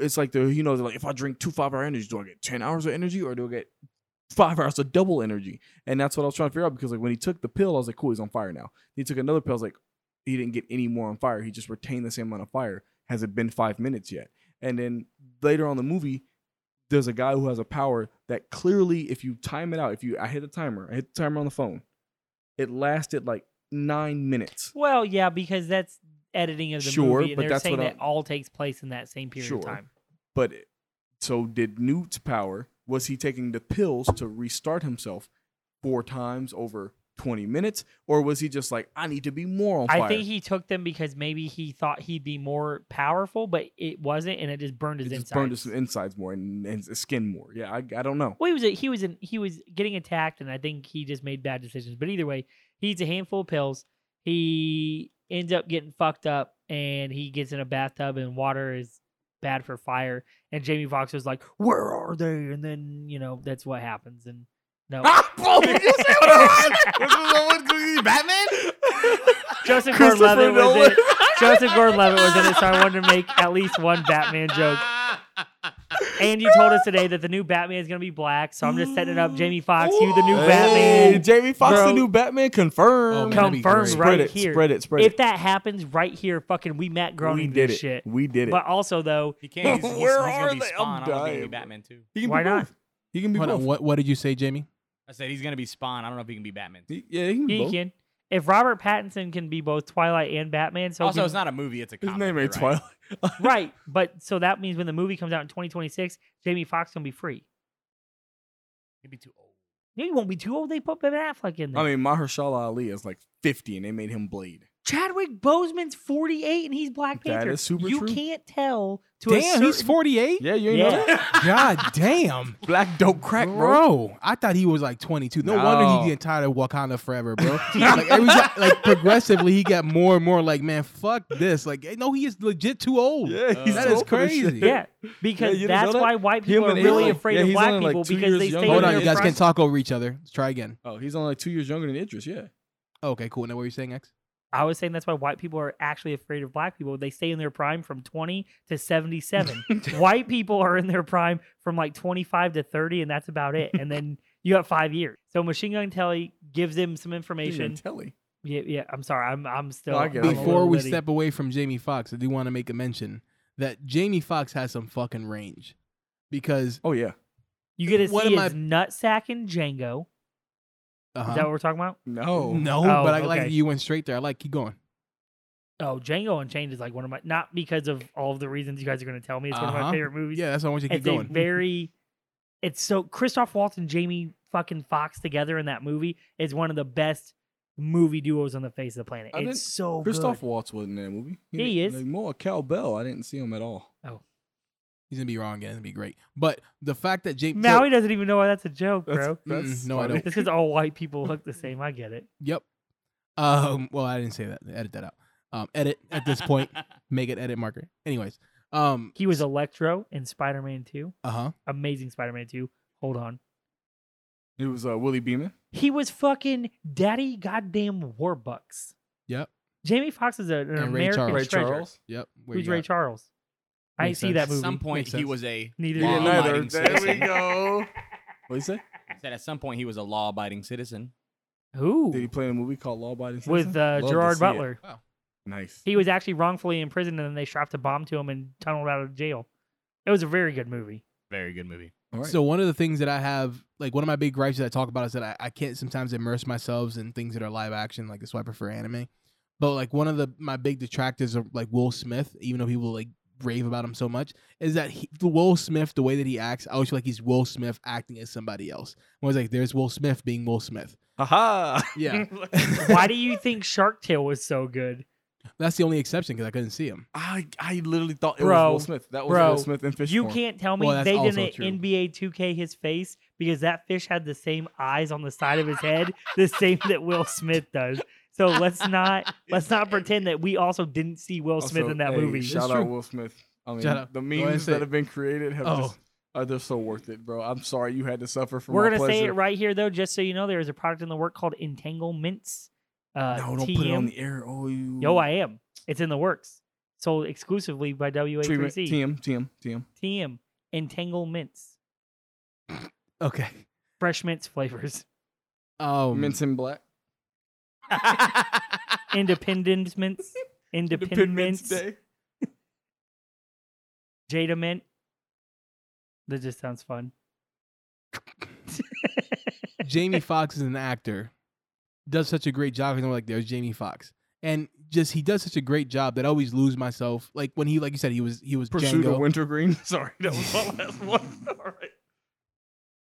it's like the you know, they're like if I drink 2 5-hour energy, do I get 10 hours of energy or do I get 5 hours of double energy? And that's what I was trying to figure out because like when he took the pill, I was like cool, he's on fire now. He took another pill, I was like he didn't get any more on fire. He just retained the same amount of fire. Has it been five minutes yet? And then later on in the movie, there's a guy who has a power that clearly, if you time it out, if you I hit the timer, I hit the timer on the phone, it lasted like nine minutes. well, yeah, because that's editing of the Sure, movie. And but they're that's saying what that I'm- all takes place in that same period Sure. of time. But it- so did Newt's power? Was he taking the pills to restart himself four times over twenty minutes, or was he just like, I need to be more on fire? I think he took them because maybe he thought he'd be more powerful, but it wasn't, and it just burned his it insides. just burned his insides more and, and his skin more. Yeah, I, I don't know. Well, he was a, he was in, he was getting attacked, and I think he just made bad decisions. But either way, he eats a handful of pills. He ends up getting fucked up, and he gets in a bathtub, and water is bad for fire. And Jamie Foxx was like, "Where are they?" And then you know that's what happens. And no, Ah, boy, you see what I was? Was this the one *laughs* with Batman? *laughs* Joseph Christopher Gordon-Levitt was Nolan. it. *laughs* Joseph Gordon-Levitt was in it, so I wanted to make *laughs* at least one Batman joke. And you told us today that the new Batman is gonna be black, so I'm just setting it up. Jamie Foxx, you the new Hey, Batman. Jamie Foxx, Bro. the new Batman, confirmed. man, that'd be Confirms great. right spread it, here. spread it, spread if it. that happens right here, fucking we Matt we Groening did this it. shit. We did it. But also though, He can't. He's, he's, Where he's gonna are be they? I'm Spawn. I don't think he'll dying. be Batman too. he can why be not? Both. He can be Hold on, both. what, what did you say, Jamie? I said he's gonna be Spawn. I don't know if he can be Batman. He- yeah, he can be he both. can. If Robert Pattinson can be both Twilight and Batman, so also, can- it's not a movie. It's a His comic. name you're ain't right. Twilight. *laughs* right. But so that means when the movie comes out in 2026, Jamie Foxx gonna be free. He'd be too old. Yeah, you won't be too old. They put Ben Affleck in there. I mean, Mahershala Ali is like 50, and they made him Blade. Chadwick Boseman's 48 and he's Black That Panther. is super you true. can't tell to a Damn, he's certain- 48? Yeah, you ain't Yeah. know *laughs* that. *laughs* God damn. Black dope crack, bro. Bro, I thought he was like 22. No, wonder No. he the entire Wakanda forever, *laughs* *laughs* bro. *laughs* like every time, like progressively, he got more and more like, man, fuck this. Like, eh, no, he is legit too old. Yeah, he's That too is old for this crazy. shit. Yeah, because you didn't know that's that? why white Him people are and really Ellen. afraid Yeah, of he's black only, like, people two because years they stay younger Hold in on, their you guys can front- talk over each other. Let's try again. Oh, he's only like two years younger than Idris. Yeah. Okay, cool. Now what were you saying, X? I was saying that's why white people are actually afraid of black people. They stay in their prime from 20 to 77. white people are in their prime from like 25 to 30, and that's about it. And then *laughs* you got five years. So Machine Gun Kelly gives him some information. Telly. Yeah, yeah. I'm sorry. I'm I'm still I get it. I'm a Before little we litty. step away from Jamie Foxx, I do want to make a mention that Jamie Foxx has some fucking range because Oh, yeah. you get to what see am his nutsack and Django. Is that uh what we're talking about? No. no, Oh, but I like okay. that you went straight there. I like keep going. Oh, Django Unchained is like one of my not because of all of the reasons you guys are going to tell me. It's one of my Uh-huh. favorite movies. Yeah, that's what I want you to keep it's a going. *laughs* very it's so Christoph Waltz and Jamie fucking Fox together in that movie is one of the best movie duos on the face of the planet. I it's didn't- so Christoph good. Waltz wasn't in that movie. Yeah, he didn't- is. Like, more Cal Bell. I didn't see him at all. He's gonna be wrong again. It's gonna be great. But the fact that Jamie so- Maui doesn't even know why that's a joke, bro. *laughs* Mm-mm, no, I funny. don't. It's because all white people look the same. I get it. Yep. Um. Well, I didn't say that. Edit that out. Um. Edit at this *laughs* *laughs* point. Make it edit marker. Anyways. Um. He was Electro in Spider Man 2, Uh huh. Amazing Spider Man 2. Hold on. It was uh, Willie Beeman. He was fucking Daddy Goddamn Warbucks. Yep. Jamie Foxx is a- an And Ray American Charles. Ray treasure. Charles. Yep. where Who's you Ray at? Charles? I didn't Makes see that sense. At movie. some point, Makes he sense. was a Neither Yeah, did I. law neither. abiding There we citizen. go. What do you say? Said at some point he was a law *laughs* abiding citizen. Who? Did he play in a movie called Law Abiding Citizen? With uh, *laughs* Love to see Gerard it. Butler. Nice. He was actually wrongfully imprisoned, and then they strapped a bomb to him and tunneled out of jail. It was a very good movie. Very good movie. All right. So one of the things that I have, like one of my big gripes that I talk about is that I, I can't sometimes immerse myself in things that are live action, like that's why I prefer anime. But like one of the my big detractors of like Will Smith, even though people like rave about him so much, is that he, the Will Smith, the way that he acts, I always feel like he's Will Smith acting as somebody else. I was like, there's Will Smith being Will Smith. Haha. Yeah, Why do you think Shark Tale was so good? *laughs* that's the only exception because I couldn't see him. *laughs* I I literally thought it Bro, was Will Smith. That was bro, Will Smith and fish You form. can't tell me Well, that's they also didn't true. NBA 2K his face because that fish had the same eyes on the side of his head, the same *laughs* that Will Smith does. So let's not let's not pretend that we also didn't see Will Smith Also, in that hey, movie. Shout It's out true. Will Smith. I mean, Shout out. the Go ahead and memes say that it. have been created have Oh. just are they're so worth it, bro. I'm sorry you had to suffer from. We're my gonna say it pleasure. right here though, just so you know, there is a product in the work called Entanglements. Uh, No, don't TM. put it on the air. Oh, you. Mm-hmm. Yo, I am. It's in the works. Sold exclusively by Treatment. WA3C. TM TM TM. TM. Entanglements. Okay. Fresh mints flavors. Um, Mints in black. Oh, *laughs* Independent mints. Independent mints. Day. Jada mint. That just sounds fun. *laughs* Jamie Foxx is an actor, does such a great job. And I'm like, there's Jamie Foxx, and just he does such a great job that I always lose myself. Like when he, like you said, he was he was Pursuit Django. of Wintergreen. *laughs* Sorry, that was my last one. All right.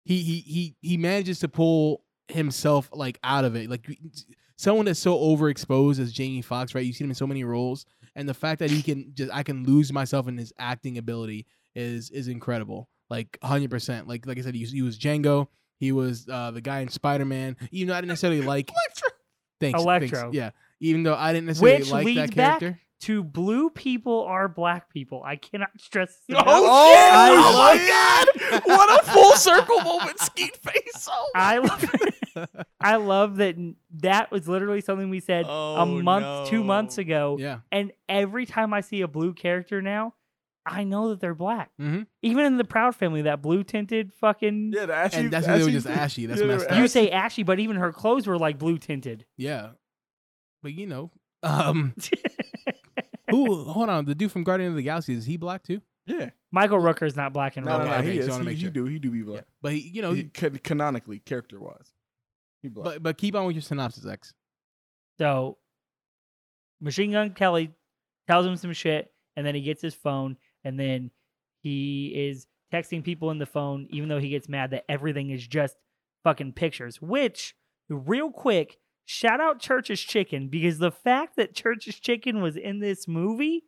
he he he he manages to pull himself like out of it. Like someone that's so overexposed as Jamie Foxx, right? You see him in so many roles, and the fact that he can just I can lose myself in his acting ability is is incredible. Like hundred percent. Like like I said, he was, he was Django. He was uh, the guy in Spider Man. Even though I didn't necessarily like *laughs* Electro. Thanks, Electro. thanks, Yeah. Even though I didn't necessarily Which like leads that back- character. to blue people are black people. I cannot stress this Oh, enough. *laughs* I shit! Oh my god! What a *laughs* full circle moment, Skeet face. Oh, I love, *laughs* I love that that was literally something we said a Oh, month, two no. months ago. *laughs* Yeah. And every time I see a blue character now, I know that they're black. Mhm. Even in the Proud Family, that blue tinted fucking. yeah, the ashy. And that's why they were ashy- just ashy. That's *laughs* Yeah, they messed were up. You say ashy, but even her clothes were like blue tinted. *laughs* Yeah. But you know. Um who hold on, the dude from Guardian of the Galaxy, is he black too? Yeah. Michael Rooker is not black and No, real no, no. Okay, life. okay, He so I is. wanna He, make he sure. do. He do be black. But he, you know, He- can- canonically, character wise, he black. but but keep on with your synopsis, X. So Machine Gun Kelly tells him some shit, and then he gets his phone, and then he is texting people in the phone, even though he gets mad that everything is just fucking pictures. Which, real quick, shout out Church's Chicken because the fact that Church's Chicken was in this movie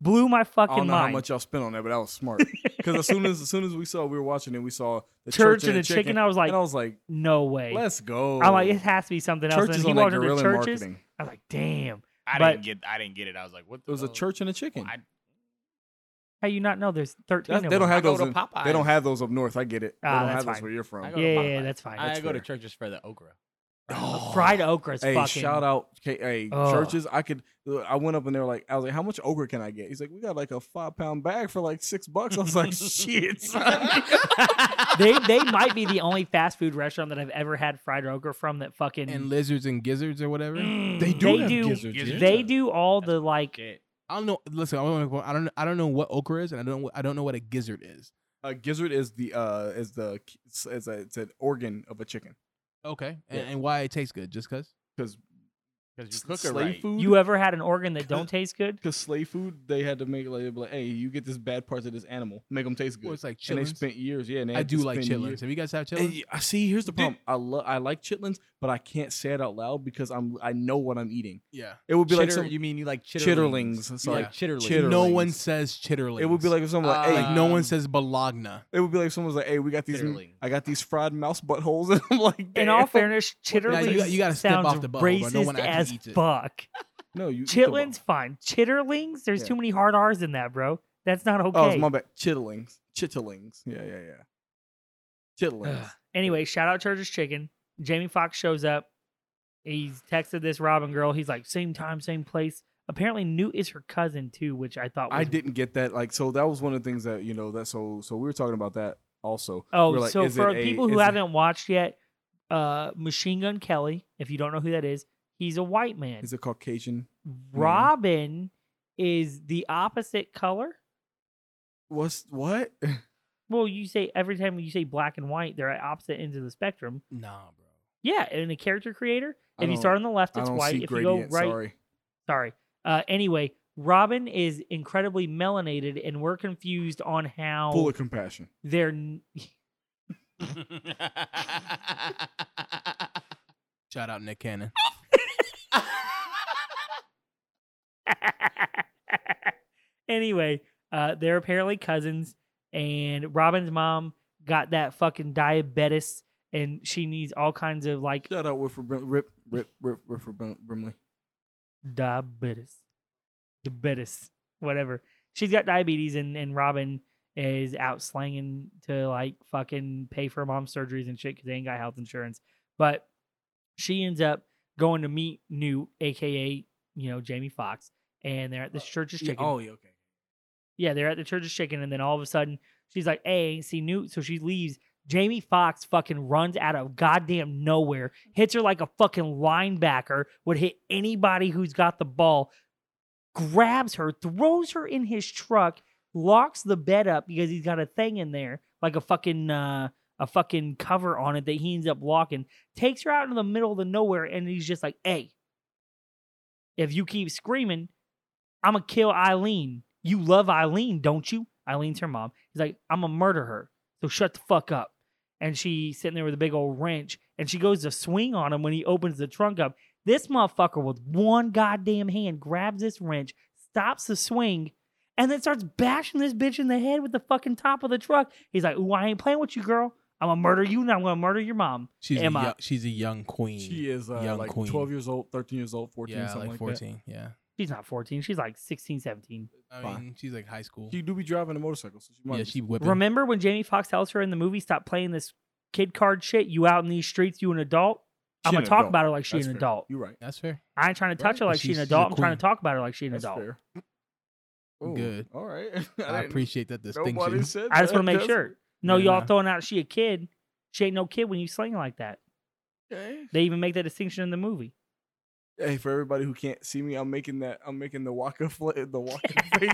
blew my I fucking don't know mind. how *laughs* much y'all spent on that, but that was smart. Because as soon as as soon as we saw, we were watching it, we saw the church, church, and a the chicken, I was like, and I was like, no way. let's go. I'm like, it has to be something else. church And is then he on that walked into guerrilla churches. marketing. I was like, damn, I But- didn't get. I didn't get it. I was like, what? It was a Oh. hell? church and a chicken. I, how you not know there's 13 That's- they of don't them. have I go those. to In, Popeyes. they don't have those up north. I get it. Ah, they don't that's have those fine. where you're from. I go to yeah, yeah, Popeyes. that's fine. I That's go to fair. church just for the okra. Oh. Fried okra is Hey, fucking. shout out K- hey, Ugh. churches. I could. I went up and they were like, I was like, how much okra can I get? He's like, we got like a five pound bag for like six bucks. I was like, *laughs* shit. son." *laughs* They they might be the only fast food restaurant that I've ever had fried okra from that fucking. And lizards and gizzards or whatever. Mm, They do They have do. gizzards, yeah. They do all the like. Shit. I don't know. Listen, I wanna make one- I don't I don't know what okra is, and I don't know- I don't know what a gizzard is. A gizzard is the uh is the is a, it's an organ of a chicken Okay, and, Yeah. and why it tastes good? Just because? because Because you cook it slave right. food You ever had an organ that don't *laughs* taste good? because slave food they had to make like, they'd be like hey you get this bad parts of this animal make them taste good Well, it's like and they chitlins. spent years yeah and they I had to do like spend chitlins. years- Have you guys had And chitlins? y- I see. Here's the Dude. problem. I love. I like chitlins, but I can't say it out loud because I'm. I know what I'm eating. yeah. It would be like Chitter- some. you mean you like chitterlings. chitterlings? It's You like like chitterlings. chitter- No one *laughs* chitterlings. says chitterlings. it would be like if someone like, Uh, hey, like no one um, says bologna. it would be like someone's like, hey, we got these. Chitterlings. I got these fried mouse buttholes, *laughs* and I'm like, In all "Damn." fairness, chitterlings you gotta- you gotta step sounds off the bubble, bro. No racist one actually as eats it. fuck. no, you eat the Chitlins, fine. Chitterlings, there's Yeah. too many hard R's in that, bro. That's not ball. Oh, okay. it's my bad. Chitlings, chitlings. Yeah, yeah, yeah. Chitlings. Ugh. anyway, shout out Church's Chicken. Jamie Foxx shows up. He's texted this Robin girl. He's like, same time, same place. Apparently, Newt is her cousin too, which I thought was I didn't get that. Like, so that was one of the things that you know that. So, so we were talking about that also. Oh, We were like, so is it for a- people who is it- haven't watched yet, uh, Machine Gun Kelly, if you don't know who that is, he's a white man. is it Caucasian? Robin is the opposite color. What's what? *laughs* Well, you say every time you say black and white, they're at opposite ends of the spectrum. Nah, bro. Yeah, in a character creator, I if you don't- start on the left, I it's don't white. see If you go gradient. right, Sorry. sorry. Uh, anyway, Robin is incredibly melanated, and we're confused on how Full of compassion. they're. n- Shout out Nick Cannon. *laughs* anyway, uh, they're apparently cousins, and Robin's mom got that fucking diabetes, and she needs all kinds of like Shout out with for Brim- Rip Rip Rip Rip for Brim- Brimley. diabetes, diabetes, whatever. She's got diabetes, and and Robin is out slanging to like fucking pay for her mom's surgeries and shit because they ain't got health insurance. But she ends up going to meet Newt, aka you know Jamie Foxx, and they're at this church's chicken. Oh, yeah, okay. Yeah, they're at the church's chicken, and then all of a sudden she's like, "Hey, I ain't see Newt," so she leaves. Jamie Foxx fucking runs out of goddamn nowhere, hits her like a fucking linebacker would hit anybody who's got the ball, grabs her, throws her in his truck, locks the bed up because he's got a thing in there like a fucking uh, a fucking cover on it that he ends up locking. Takes her out into the middle of the nowhere, and he's just like, "Hey, if you keep screaming, I'm gonna kill Eileen. You love Eileen, don't you? Eileen's her mom. He's like, I'm gonna murder her. So shut the fuck up. And she's sitting there with a big old wrench, and she goes to swing on him when he opens the trunk up. This motherfucker with one goddamn hand grabs this wrench, stops the swing, and then starts bashing this bitch in the head with the fucking top of the truck. He's like, Ooh, I ain't playing with you, girl. I'm gonna murder you, and I'm gonna murder your mom. She's a, Emma. yo- she's a young queen. She is uh, Young like queen. 12 years old, 13 years old, 14, yeah, something like like, that. fourteen. Yeah. She's not 14, she's like 16, 17. I Fine. mean, she's like high school. She do be driving a motorcycle, so she might. yeah, be- she whipping. Remember when Jamie Foxx tells her in the movie, stop playing this kid card shit? You out in these streets, you an adult? I'm She going an to talk adult. about her like she's That's an fair. adult. You're right. That's fair. I ain't trying to touch her Right, like but she's an she's- she's a adult. I'm trying to queen. talk about her like she's an That's adult. fair. Good. All right. *laughs* I didn't- appreciate that Nobody distinction. said I just wanna that. make That's- sure. No, Yeah, y'all nah. throwing out she a kid. She ain't no kid when you sling like that. Okay. They even make that distinction in the movie. Hey, for everybody who can't see me, I'm making that. I'm making the waka fl- the waka *laughs* face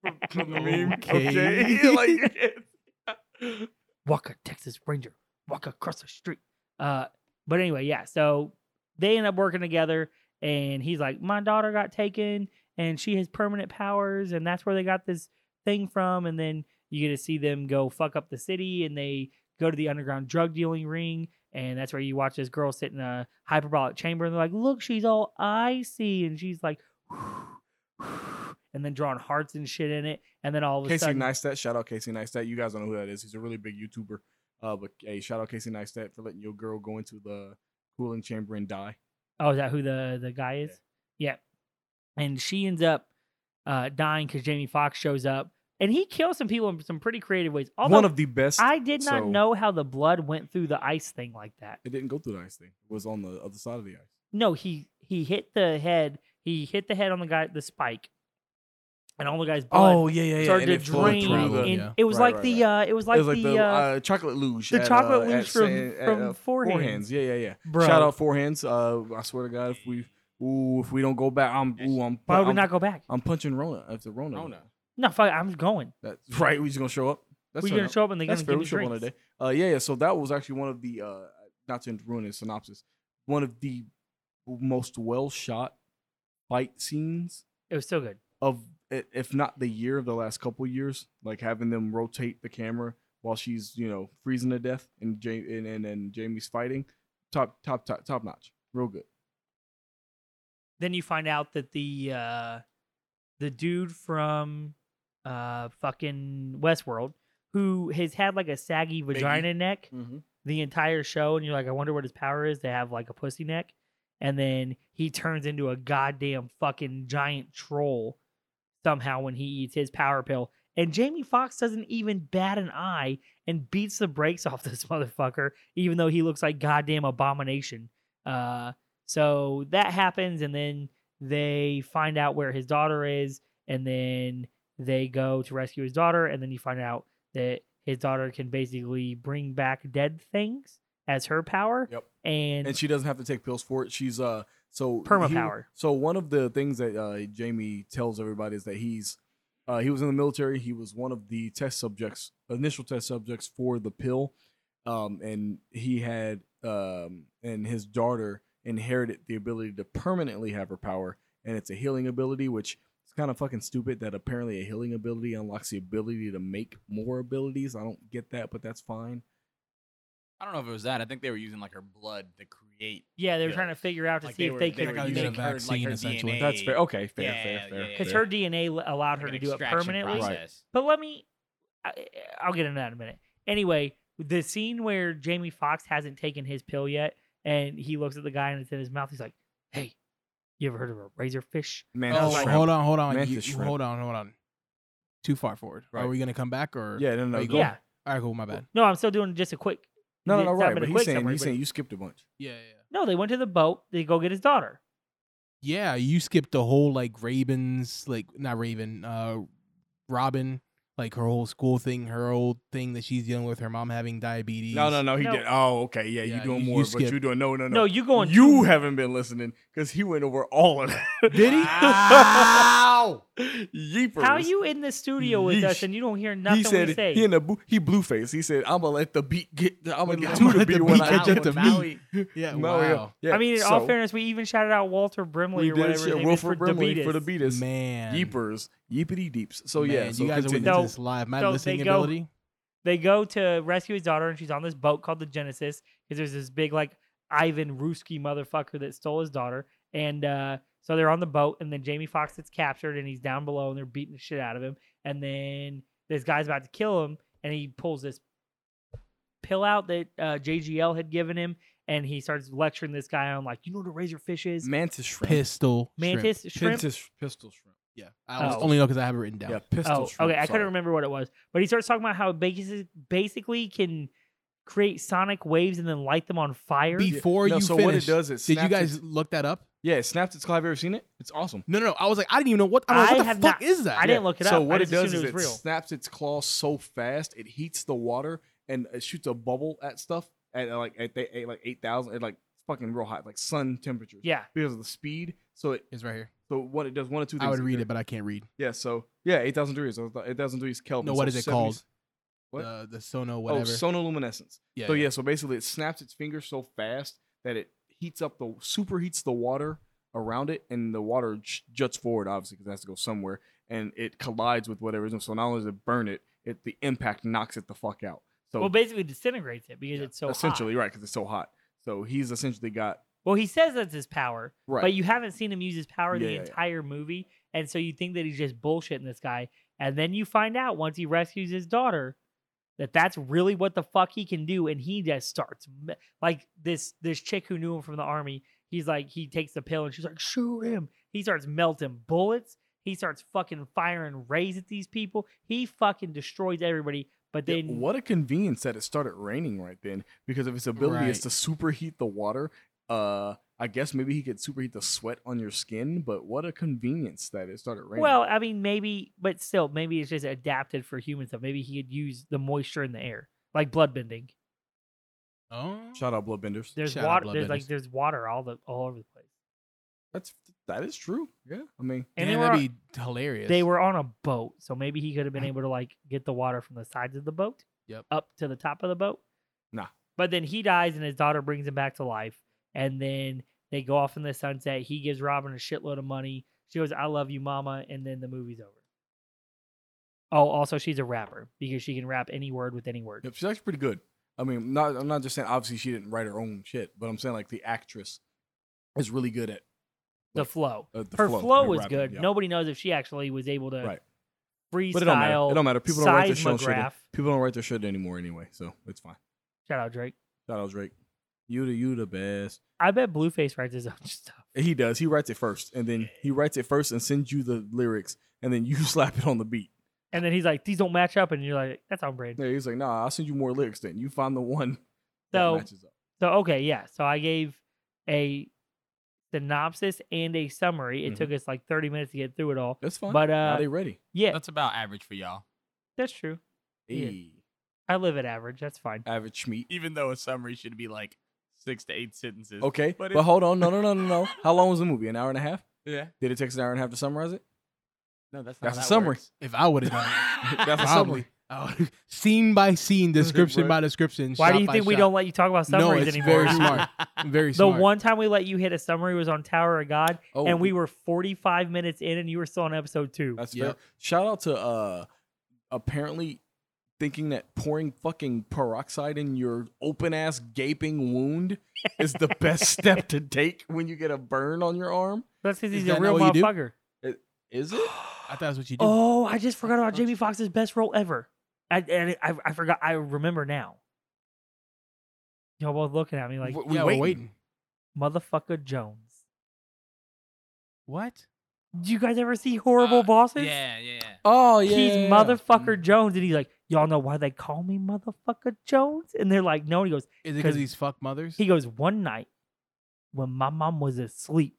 from, from the meme. Okay. Okay, *laughs* like you *laughs* can't- Walker, Texas Ranger. Walk across the street. Uh, but anyway, yeah. So they end up working together, and he's like, "My daughter got taken, and she has permanent powers, and that's where they got this thing from." And then you get to see them go fuck up the city, and they go to the underground drug dealing ring, and that's where you watch this girl sit in a hyperbolic chamber, and they're like, "Look, she's all icy," and she's like, *sighs* and then drawing hearts and shit in it, and then all of a Casey sudden, Neistat, shout out Casey Neistat. You guys don't know who that is. He's a really big YouTuber. Uh, but hey, shout out Casey Neistat for letting your girl go into the cooling chamber and die. Oh, is that who the the guy is? Yeah. And she ends up uh, dying because Jamie Foxx shows up, and he kills some people in some pretty creative ways. Although One of the best. I did not so- know how the blood went through the ice thing like that. it didn't go through the ice thing. It was on the other side of the ice. No, he he hit the head. He hit the head on the guy the spike, and all the guy's blood yeah, Oh, yeah, Oh, started And to it flowed drain. through the- in- Yeah. It was Right, like right, the uh, it was like, it was like the, the uh, uh, chocolate luge. the at, chocolate uh, at luge from San- at, from uh, forehands. Forehands, yeah, yeah, yeah. Bro. Shout out forehands. Uh, I swear to God, if we, ooh, if we don't go back, I'm, ooh, I'm. Why would we I'm, not go back? I'm punching Rona after Rona. Rona. No, fuck, I'm going. That's *laughs* right. We just gonna show up. That's We're fair gonna enough. show up and they're That's gonna fair. We give me show up drinks. on a day. Uh, yeah, yeah. So that was actually one of the, uh, not to ruin his synopsis, one of the most well shot fight scenes It was still good. of i- if not the year of the last couple years, like having them rotate the camera while she's you know freezing to death and ja- and, and and Jamie's fighting, top top top top notch, real good. then you find out that the uh the dude from uh fucking Westworld who has had like a saggy vagina neck Mm-hmm. the entire show and you're like I wonder what his power is to have like a pussy neck and then he turns into a goddamn fucking giant troll somehow when he eats his power pill and Jamie Foxx doesn't even bat an *laughs* eye and beats the brakes off this motherfucker even though he looks like goddamn abomination Uh, so that happens, and then they find out where his daughter is, and then they go to rescue his daughter, and then you find out that his daughter can basically bring back dead things as her power. Yep. And, and she doesn't have to take pills for it. She's uh so Perma he- power. So one of the things that uh, Jamie tells everybody is that he's uh, he was in the military. He was one of the test subjects, initial test subjects for the pill, um, and he had um, and his daughter inherited the ability to permanently have her power, and it's a healing ability, which is kind of fucking stupid that apparently a healing ability unlocks the ability to make more abilities. I don't get that, but that's fine. I don't know if it was that. I think they were using like her blood to create. yeah, they were trying to figure out to Like, see they if were- they they could were gotta using get a her- like, her vaccine, essentially. DNA, That's fair. Okay, fair, Yeah, fair, fair. yeah, because yeah. her DNA l- allowed Oh, her to like an do it extraction permanently. process. But let me, I, I'll get into that in a minute. Anyway, the scene where Jamie Fox hasn't taken his pill yet, and he looks at the guy and it's in his mouth. He's like, "Hey, you ever heard of a razorfish?" Man, Oh, that's like- shrimp. hold on, hold on. Mantis You- shrimp. hold on, hold on. Too far forward. Are Right. we gonna come back or? Yeah, no, no, Are you go going? Yeah. All right, cool. My bad. No, I'm still doing just a quick. No, no, it's no, not right. been But a he's quick saying summary, he's but- saying you skipped a bunch. Yeah, yeah. No, they went to the boat. They go get his daughter. Yeah, you skipped the whole like Ravens, like not Raven, uh, Robin, like her whole school thing, her old thing that she's dealing with, her mom having diabetes. No, no, no. He No. did. Oh, okay. Yeah, Yeah, you doing you- you more, but skipped. you doing no, no, No, no. you going? you too- haven't been listening because he went over all of that. Did he? Wow. Yeepers. How you in the studio with us Yeesh. and you don't hear nothing he said we say? he in the bo- he blue face. He said, "I'm gonna let the beat get. I'm gonna I'ma get to the let beat the when beat I catch get up to me. *laughs* Maui- Yeah, Mario. wow. Yeah, I mean, in so all fairness, we even shouted out Walter Brimley we or did whatever his shit. name is Wilfred for Brimley for the Debetis. beatus. man. Yeepers, yeepity deeps. So yeah, Man, so you guys continue. are So- witnessing this live. My so they listening go- ability. they go to rescue his daughter and she's on this boat called the genesis because there's this big like ivan ruski motherfucker that stole his daughter and uh, so they're on the boat and then jamie fox gets captured and he's down below and they're beating the shit out of him and then this guy's about to kill him and he pulls this pill out that uh, jgl had given him and he starts lecturing this guy on like you know what a razorfish is mantis shrimp. Pistol. shrimp. mantis shrimp Mantis pistol shrimp. Yeah, I was Oh. only know because I have it written down. Yeah, pistol oh, shrimp. okay. I sorry. couldn't remember what it was, but he starts talking about how it basi- basically can create sonic waves and then light them on fire. Before No, you so finish, what it does is did you snaps guys its- look that up? Yeah, it snaps its claw. Have you ever seen it? It's awesome. No, no, no. I was like, I didn't even know what. I'm like, I what the have fuck not- is that? I didn't look it so up. I what it just assumed does is it it was real. snaps its claws so fast it heats the water and it shoots a bubble at stuff at uh, like at, they at like eight thousand at like fucking real hot like sun temperatures. Yeah, Because of the speed, so it It's right here. so what it does one or two. Things I would read do- it, but I can't read. yeah. So yeah, eight thousand degrees. Eight thousand degrees Kelvin. No, so what is it 70 called? What? The, the Sono Oh, whatever. sonoluminescence. yeah, so yeah. so basically it snaps its fingers so fast that it heats up the superheats the water around it, and the water j- juts forward obviously because it has to go somewhere, and it collides with whatever it is. So not only does it burn it, it the impact knocks it the fuck out. So well, basically disintegrates it because yeah, it's so essentially hot. right because it's so hot. So he's essentially got Well, he says that's his power, right. but you haven't seen him use his power Yeah, the yeah, yeah. entire movie, and so you think that he's just bullshitting this guy, and then you find out once he rescues his daughter that that's really what the fuck he can do, and he just starts me- like this this chick who knew him from the army. He's like he takes the pill and she's like shoot him. He starts melting bullets. He starts fucking firing rays at these people. He fucking destroys everybody. But Yeah, then what a convenience that it started raining right then because of its ability is Right. to superheat the water. Uh, I guess maybe he could superheat the sweat on your skin, but what a convenience that it started raining. Well, I mean, maybe, but still, maybe it's just adapted for humans. Though maybe he could use the moisture in the air, like bloodbending. oh. shout out bloodbenders. There's Shout out water. There's like bloodbenders. there's water all the all over the place. That's that is true. Yeah, I mean, Damn, And they were that'd be hilarious. they were on a boat, so maybe he *laughs* could have been able to like get the water from the sides of the boat, Yep. up to the top of the boat. Nah. But then he dies, and his daughter brings him back to life, and then they go off in the sunset. He gives Robin a shitload of money. She goes, "I love you, Mama," and then the movie's over. Oh, also, she's a rapper because she can rap any word with any word. yep, she's actually pretty good. I mean, not I'm not just saying obviously she didn't write her own shit, but I'm saying like the actress is really good at the like, flow. uh, the Her flow, flow, her was rapping, good. yeah. Nobody knows if she actually was able to Right. freestyle. But it don't matter. It don't matter. People don't write their shit. seismograph. People don't write their shit anymore anyway, so it's fine. Shout out Drake. Shout out Drake. You the you the best. I bet Blueface writes his own *laughs* stuff. He does. He writes it first, and then he writes it first and sends you the lyrics, and then you *laughs* slap it on the beat. And then he's like, "These don't match up," and you're like, "That's on brand." Yeah, he's like, "Nah, I'll send you more lyrics." Then you find the one that So, matches up. so okay, yeah. So I gave a synopsis and a summary. Mm-hmm. It Mhm. took us like 30 minutes to get through it all. That's fine. But, uh, now they ready. Yeah, that's, That's about average for y'all. true. yeah. Hey, I live at average. That's fine. average meat. Even though a summary should be like six to eight sentences. Okay, But but, it- hold on, no, no, no, no, no. How long was the movie? An hour and a half? Yeah. Did it take us an hour and a half to summarize it? No, that's That's how a that summary. works. *laughs* If I would have done *laughs* it, That's a probably. summary. I would've- *laughs* scene by scene, description by description. Why do shot you by think we shot. don't let you talk about No, summaries it's anymore? very smart. Very The smart. one time we let you hit a summary was on Tower of God, Oh, and we were 45 minutes in, and you were still on episode two. That's Yeah. fair. Shout out to uh apparently thinking that pouring fucking peroxide in your open ass gaping wound is *laughs* the best step to take when you get a burn on your arm. That's because Is he's that a not real what you do? motherfucker. *gasps* Is it? *gasps* I thought that's what you do. Oh, I just forgot about Jamie Foxx's best role ever. I, I, I, I forgot. I remember now. Y'all both looking at me like, W- yeah, waiting. we're waiting. motherfucker Jones. What? Do you guys ever see Horrible Bosses? Yeah, yeah. *gasps* Oh yeah. Mm. He's motherfucker Jones. And he's like, y'all know why they call me motherfucker Jones? And they're like, no. And he goes, Is it because 'Cause these fuck mothers? He goes, One night when my mom was asleep,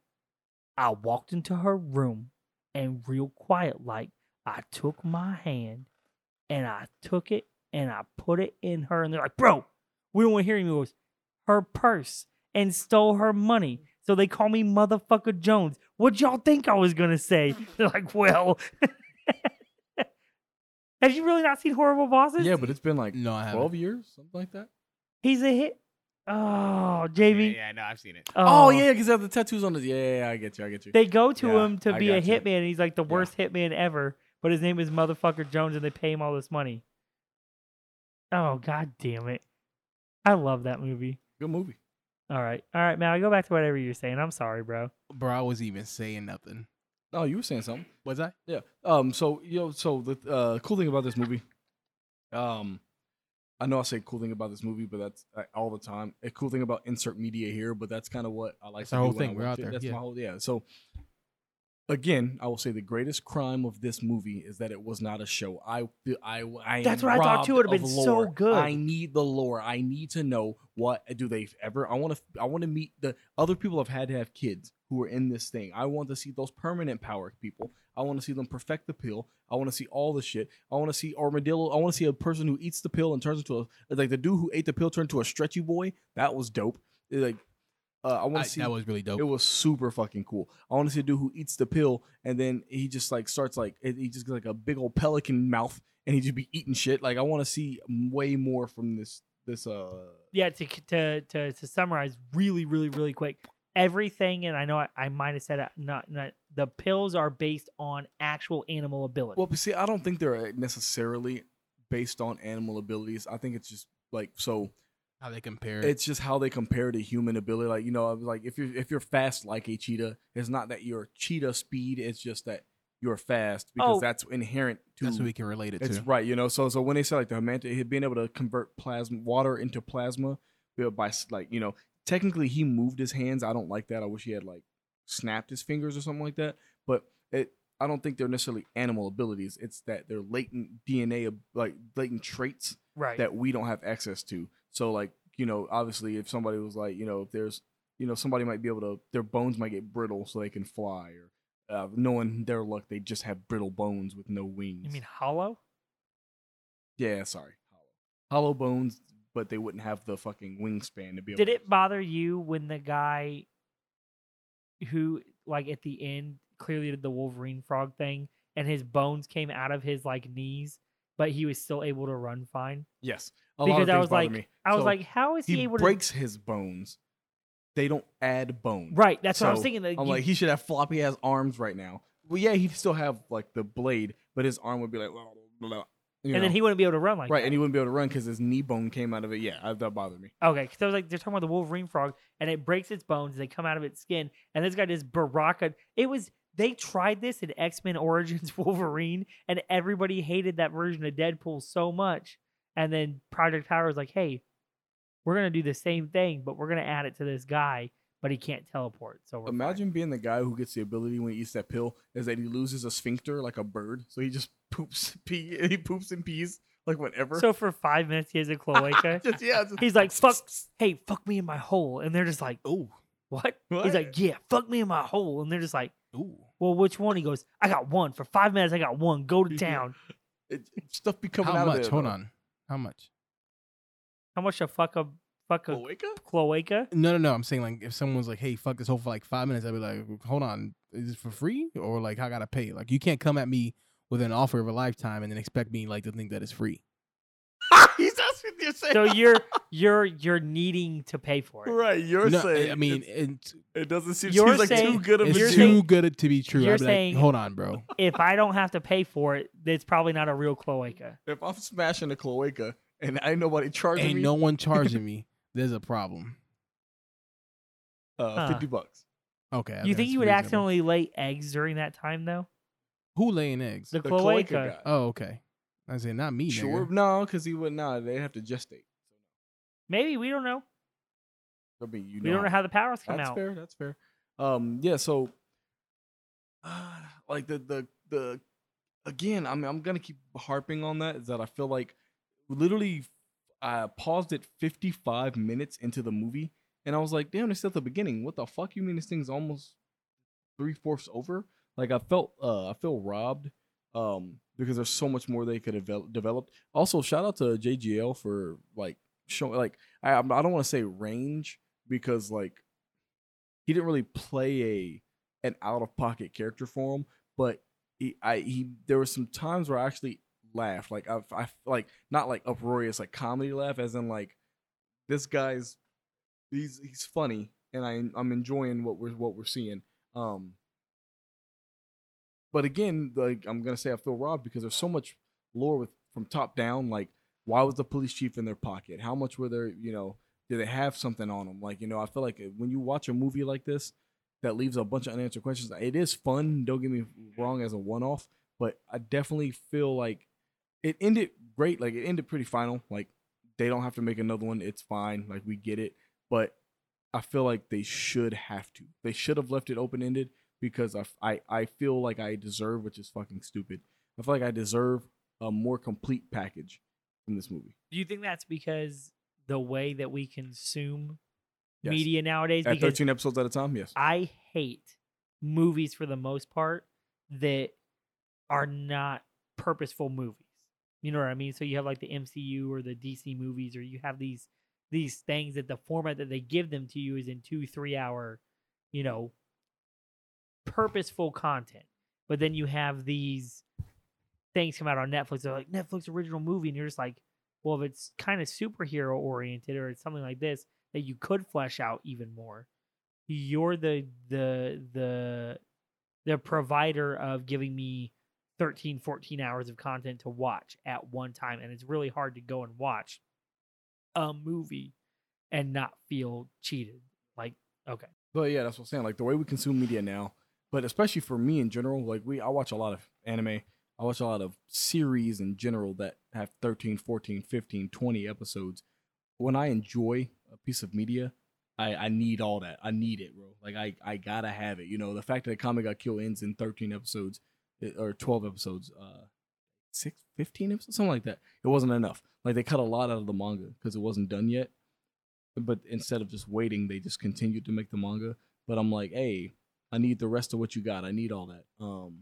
I walked into her room and, real quiet like, I took my hand and I took it and I put it in her. And they're like, Bro, we don't want to hear you. He goes, Her purse and stole her money. So they call me motherfucker Jones. What y'all think I was going *laughs* to say? They're like, Well, *laughs* have you really not seen Horrible Bosses? Yeah, but it's been like no, I haven't. twelve years, something like that. He's a hit. Oh, Jamie. Yeah, yeah, no, I've seen it. Oh, Oh. yeah, because they have the tattoos on his. Yeah, yeah, yeah, I get you. I get you. They go to Yeah, him to I be a got you. hitman, and he's like the Yeah. worst hitman ever. But his name is motherfucker Jones, and they pay him all this money. Oh god damn it! I love that movie. Good movie. All right, all right, man. I go back to whatever you're saying. I'm sorry, bro. Bro, I wasn't even saying nothing. Oh, you were saying something. Was I? Yeah. Um. So you know. So the uh, cool thing about this movie, um, I know I say cool thing about this movie, but that's uh, all the time. A cool thing about insert media here, but that's kind of what I like. That's to our do whole when I thing. We're watch out it. there, That's yeah. my whole yeah. So again, I will say the greatest crime of this movie is that it was not a show. I I I. am That's what I thought, too. It robbed would've been of so lore. good. I need the lore. I need to know what do they ever. I want to. I want to meet the other people. Have had to have kids who are in this thing. I want to see those permanent power people. I want to see them perfect the pill. I want to see all the shit. I want to see armadillo. I want to see a person who eats the pill and turns into a like the dude who ate the pill turned into a stretchy boy. That was dope. Like uh, I I want to see that was really dope. it was super fucking cool. I want to see a dude who eats the pill and then he just like starts like it- he just gets like a big old pelican mouth and he just be eating shit. Like I want to see way more from this this uh Yeah, to to to, to summarize really, really, really quick. Everything, and I know I, I might have said it, not not the pills are based on actual animal ability. well but see I don't think they're necessarily based on animal abilities. I think it's just like so how they compare. it's just how they compare to human ability like you know like if you're if you're fast like a cheetah it's not that you're cheetah speed it's just that you're fast because Oh. that's inherent to That's what we can relate it It's to. right, you know. So so when they say like the Hermantic, being able to convert plasma water into plasma you know, by s- like you know, technically he moved his hands. I don't like that. I wish he had like snapped his fingers or something like that. But it, I don't think they're necessarily animal abilities. It's that they're latent DNA, ab- like latent traits right. that we don't have access to. So like, you know, obviously if somebody was like, you know, if there's, you know, somebody might be able to, their bones might get brittle so they can fly or uh, knowing their luck, they just have brittle bones with no wings. you mean hollow? yeah, sorry. Hollow, hollow bones, but they wouldn't have the fucking wingspan to be able Did to- it bother you when the guy who, like, at the end clearly did the Wolverine frog thing and his bones came out of his, like, knees, but he was still able to run fine? Yes. A lot of Because I things was bother like, me. I was So like, how is he, he able breaks his bones. They don't add bone. to. Right. That's what I was So, thinking. Like, I'm you- like, he should have floppy ass arms right now. Well, yeah, he'd still have like the blade, but his arm would be like, blah, blah, blah, you and know. then he wouldn't be able to run like right, that. and he wouldn't be able to run because his knee bone came out of it. Yeah, I- that bothered me. Okay, because I was like, they're talking about the Wolverine frog, and it breaks its bones, and they come out of its skin, and this guy just baraka. It was they tried this in X Men *laughs* Origins Wolverine, and everybody hated that version of Deadpool so much. And then Project Power was like, hey, we're gonna do the same thing, but we're gonna add it to this guy, but he can't teleport. So we're Imagine being the guy who gets the ability when he eats that pill is that he loses a sphincter like a bird, so he just poops, *laughs* pee, he poops and pees like whatever. fine. so for five minutes he has a cloaca. *laughs* just yeah, just, He's like, fuck, hey, fuck me in my hole, and they're just like, Oh, what? What? He's like, yeah, fuck me in my hole. And they're just like, Ooh. well, which one? He goes, I got one. For five minutes, I got one. Go to Mm-hmm. town. It- stuff be coming How out much? of there. Hold though. on. How much? How much a fuck a fuck a Cloaca? cloaca? No, no, no. I'm saying like if someone's like, "Hey, fuck this whole for like five minutes," I'd be like, "Hold on, is this for free or like I gotta pay?" Like you can't come at me with an offer of a lifetime and then expect me like to think that it's free. *laughs* He's asking you saying. So you're you're you're needing to pay for it. right. You're no, I- saying. I mean, it's- it's, it doesn't seem you're seems like too saying- good of a it's you're too deal. saying- good to be true. you're I'd be saying- like, "Hold on, bro." If I don't have to pay for it, it's probably not a real cloaca. If I'm smashing a cloaca and ain't nobody charging Ain't me no *laughs* one charging me. There's a problem. uh, Huh. fifty bucks, Okay. I you think that's you would reasonable. accidentally lay eggs during that time though? Who laying eggs? The, the cloaca. cloaca, guy. Oh, okay. I say not me. Sure, Nigga. no, because he would not. They'd have to gestate. Maybe we don't know. I mean, you we know, don't know how the powers come that's out. fair. That's fair. Um, yeah. So, uh, like the the the again, I'm I'm gonna keep harping on that. Is that I feel like literally I paused it 55 minutes into the movie, and I was like, damn, it's at the beginning. What the fuck? You mean this thing's almost three fourths over? Like I felt uh I feel robbed. Um, because there's so much more they could have devel- developed. Also, shout out to JGL for like showing like I I'm- I don't want to say range because like he didn't really play a an out of pocket character for him, but he I he there were some times where I actually laughed like I I like not like uproarious like comedy laugh as in like this guy's he's he's funny and I I'm enjoying what we're what we're seeing um but again like I'm gonna say I feel robbed because there's so much lore with from top down like why was the police chief in their pocket how much were there you know do they have something on them? Like, you know, I feel like uh, when you watch a movie like this that leaves a bunch of unanswered questions, it is fun. Don't get me wrong as a one off, but I definitely feel like it ended great. Like, it ended pretty final. Like, they don't have to make another one. It's fine. Like, we get it. But I feel like they should have to. They should have left it open ended because I, I, I feel like I deserve, which is fucking stupid. I feel like I deserve a more complete package from this movie. Do you think that's because the way that we consume Yes. media nowadays? At because 13 episodes at a time, yes. I hate movies for the most part that are not purposeful movies. You know what I mean? So you have like the MCU or the DC movies, or you have these these things that the format that they give them to you is in two three hour, you know, purposeful content. But then you have these things come out on Netflix. They're like Netflix original movie, and you're just like, well, if it's kind of superhero oriented or it's something like this that you could flesh out even more, you're the the the the provider of giving me 13 14 hours of content to watch at one time and it's really hard to go and watch a movie and not feel cheated like okay But yeah, that's what I'm saying. Like the way we consume media now, but especially for me in general, like we I watch a lot of anime. I watch a lot of series in general that have 13, 14, 15, 20 episodes. When I enjoy a piece of media, I, I need all that. I need it, bro. Like I, I gotta have it. You know, the fact that a comic got killed ends in 13 episodes eh, or 12 episodes, uh six, 15 episodes, something like that. It wasn't enough. Like they cut a lot out of the manga because it wasn't done yet but instead of just waiting, they just continued to make the manga. But I'm like, hey, I need the rest of what you got. I need all that. Um,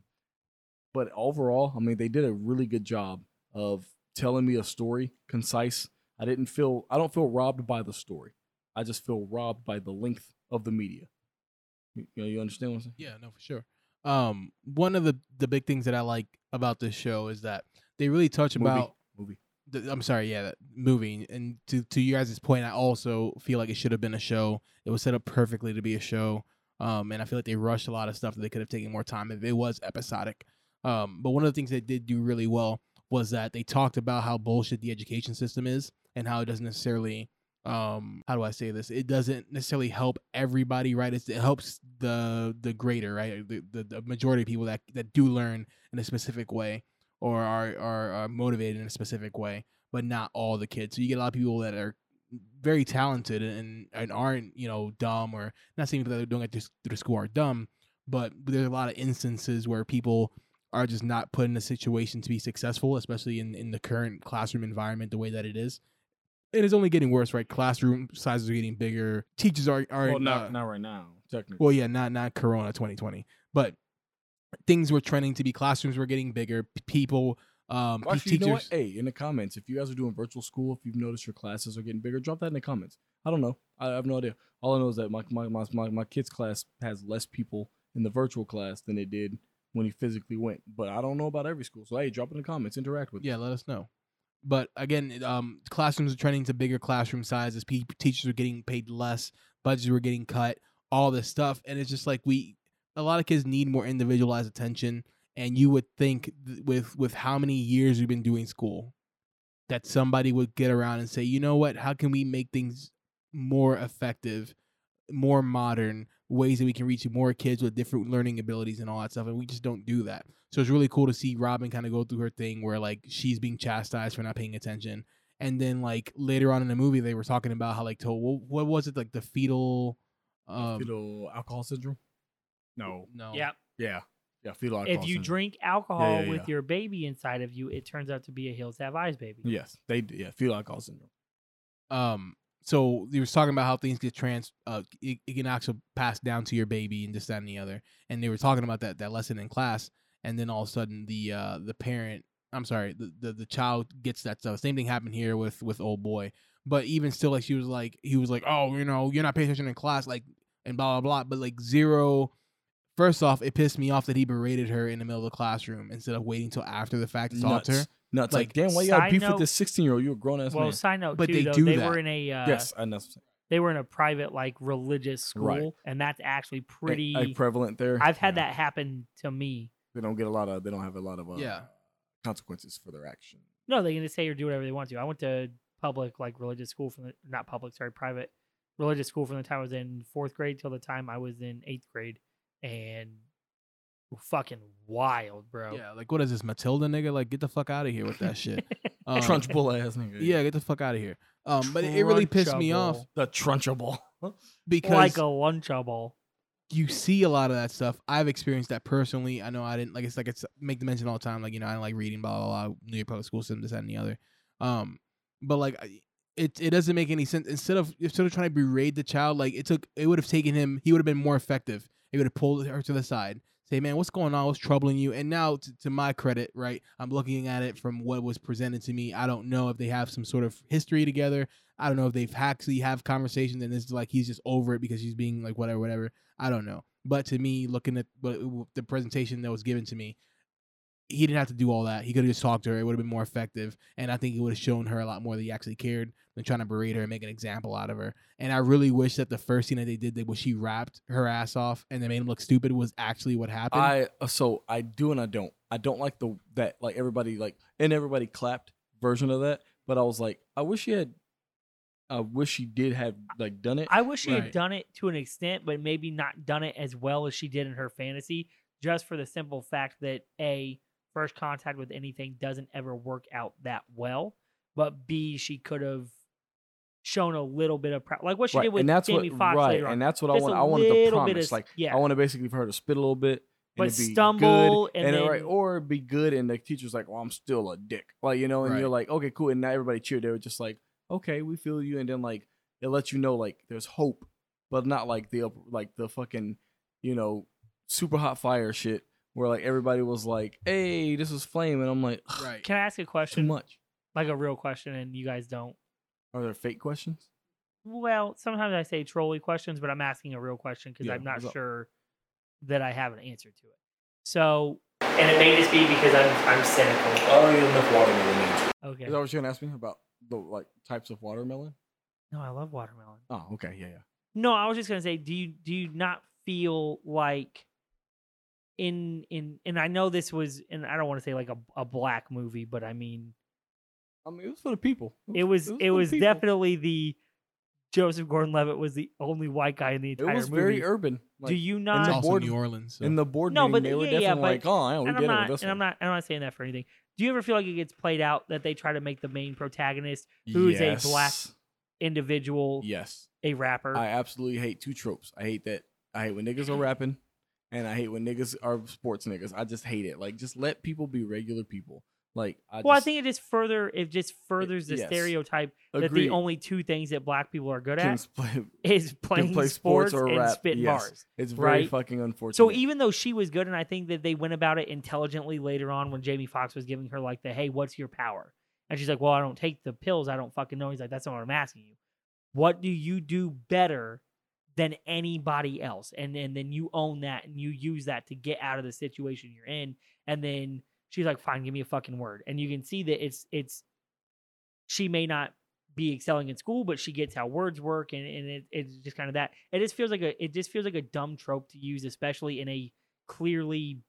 but overall, I mean, they did a really good job of telling me a story, concise. I didn't feel, I don't feel robbed by the story. I just feel robbed by the length of the media. You, you know, you understand what I'm saying? Yeah, no, for sure. Um, one of the the big things that I like about this show is that they really touch Movie. about Movie. the, I'm sorry, yeah, that movie. And to to you guys' point, I also feel like it should have been a show. It was set up perfectly to be a show. Um, and I feel like they rushed a lot of stuff that they could have taken more time if it was episodic. Um, but one of the things they did do really well was that they talked about how bullshit the education system is and how it doesn't necessarily um how do I say this? It doesn't necessarily help everybody, right? It's, it helps the the greater, right? The, the the majority of people that that do learn in a specific way or are, are are motivated in a specific way, but not all the kids. So you get a lot of people that are very talented and and aren't you know dumb or not saying people that don't get to s- through the school are dumb, but there's a lot of instances where people are just not put in a situation to be successful, especially in in the current classroom environment the way that it is. it is only getting worse, right? Classroom sizes are getting bigger. Teachers are are well, not uh, not right now, technically. well, yeah, not not Corona 2020, but things were trending to be classrooms were getting bigger. p- People, um, Well, pe- Actually, you know what? teachers. Hey, in the comments, if you guys are doing virtual school, if you've noticed your classes are getting bigger, drop that in the comments. I don't know. I have no idea. All I know is that my my my my, my kids' class has less people in the virtual class than it did when he physically went. But I don't know about every school. So hey, drop in the comments. Interact with. yeah, let us know. But again, it, um, classrooms are trending to bigger classroom sizes. Pe- teachers are getting paid less. Budgets were getting cut. All this stuff, and it's just like we, a lot of kids need more individualized attention. And you would think th- with with how many years we've been doing school, that somebody would get around and say, you know what? How can we make things more effective more modern ways that we can reach more kids with different learning abilities and all that stuff. And we just don't do that. So it's really cool to see Robin kind of go through her thing where like she's being chastised for not paying attention. And then like later on in the movie, they were talking about how like to what, what was it like the fetal, um, fetal alcohol syndrome. No. no, Yeah. Yeah. Yeah. Fetal alcohol. If you syndrome. drink alcohol yeah, with yeah. your baby inside of you, it turns out to be a heels have eyes baby. Yes, they d- yeah fetal alcohol syndrome. um so they was talking about how things get trans uh it, it can actually pass down to your baby and this that and the other and they were talking about that that lesson in class and then all of a sudden the uh the parent i'm sorry the the, the child gets that stuff same thing happened here with with old boy but even still like she was like he was like oh you know you're not paying attention in class like and blah blah blah but like zero first off it pissed me off that he berated her in the middle of the classroom instead of waiting till after the fact to talk to her Nuts. Nuts. Like, Like, damn, why you got side beef note- with this sixteen-year-old? You're a grown-ass Well, man. side note But too, they though, do they that. were in a uh, yes, I know. they were in a private like religious school, Right. and that's actually pretty. Pretty prevalent there. I've had Yeah. that happen to me. They don't get a lot of. They don't have a lot of. Uh, Yeah. Consequences for their action. No, they can just say or do whatever they want to. I went to public like religious school from the not public, sorry, private religious school from the time I was in fourth grade till the time I was in eighth grade, and fucking wild, bro. *laughs* yeah like what is this matilda nigga like get the fuck out of here with that shit Uh, um, Trunchbull ass nigga. Yeah, get the fuck out of here. Um, but it really pissed me off Trunchable. The Trunchable. *laughs* because like a lunchable. you see a lot of that stuff. I've experienced that personally. I know I didn't like it's like it's make the mention all the time. Like you know I don't like reading, blah blah blah. New York public school system, this that, and the other. Um, but like I- it it doesn't make any sense. Instead of instead of trying to berate the child, like it took it would have taken him. He would have been more effective. He would have pulled her to the side. Say, man, what's going on? What's troubling you? And now, t- to my credit, right, I'm looking at it from what was presented to me. I don't know if they have some sort of history together. I don't know if they've actually have conversations, and it's like he's just over it because he's being like whatever, whatever. I don't know. But to me, looking at what- w- the presentation that was given to me, he didn't have to do all that. He could have just talked to her. It would have been more effective. And I think it would have shown her a lot more that he actually cared than trying to berate her and make an example out of her. And I really wish that the first thing that they did, that was she rapped her ass off and they made him look stupid, was actually what happened. I uh, so I do and I don't. I don't like the that like everybody like and everybody clapped version of that. But I was like, I wish she had. I wish she did have like done it. I wish she Right. had done it to an extent, but maybe not done it as well as she did in her fantasy, just for the simple fact that A, first contact with anything doesn't ever work out that well. But B, she could have shown a little bit of prou- like what she did right, with and that's Jamie what Foxx right, later on. and that's what I Just want. a I wanted the little bit promise. of- like yeah. I wanted basically for her to spit a little bit, But and it'd be stumble good, and it- then- right, or be good, and the teacher's like, "Well, I'm still a dick," like you know, and Right. you're like, "Okay, cool," and not everybody cheered. They were just like, "Okay, we feel you," and then like it lets you know like there's hope, but not like the up- like the fucking you know super hot fire shit where like everybody was like, "Hey, this is flame," and I'm like, "Ugh, right. Can I ask a "Too question? much." Like a real question, and you guys don't. Are there fake questions? Well, sometimes I say trolley questions, but I'm asking a real question because Yeah, I'm not what's up? sure that I have an answer to it. So, and it may just be because I'm I'm cynical. I don't need enough watermelon. man. Okay. Is that what you're gonna ask me about the like types of watermelon? No, I love watermelon. Oh, okay, yeah, yeah. No, I was just gonna say, do you do you not feel like in in and I know this was and I don't want to say like a, a black movie, but I mean I mean, it was for the people. it was it for the was people. definitely the Joseph Gordon-Levitt was the only white guy in the It entire was movie. very urban. Like, do you It's the not? also board- New Orleans. So. in the board No, meeting? but they were yeah, yeah, definitely like, but- "Oh, yeah, we And get I'm it not, with this and I'm one." not, I'm not saying that for anything. Do you ever feel like it gets played out that they try to make the main protagonist who is a black- individual Yes, a rapper? I absolutely hate two tropes. I hate that. I hate when niggas are rapping, and I hate when niggas are sports niggas. I just hate it. Like, just let people be regular people. Like, I well, I just think it just further it just furthers the yes. stereotype that agree. the only two things that black people are good Can at sp- is playing play sports, sports or and rap, spit yes. bars. it's very Right? fucking unfortunate. So even though she was good, and I think that they went about it intelligently later on when Jamie Foxx was giving her like the hey, what's your power? And she's like, well, I don't take the pills. I don't fucking know. He's like, that's not what I'm asking you. What do you do better than anybody else? And and then you own that and you use that to get out of the situation you're in. And then she's like, fine, give me a fucking word. And you can see that it's it's she may not be excelling in school, but she gets how words work, and, and it, it's just kind of that. It just feels like a it just feels like a dumb trope to use, especially in a clearly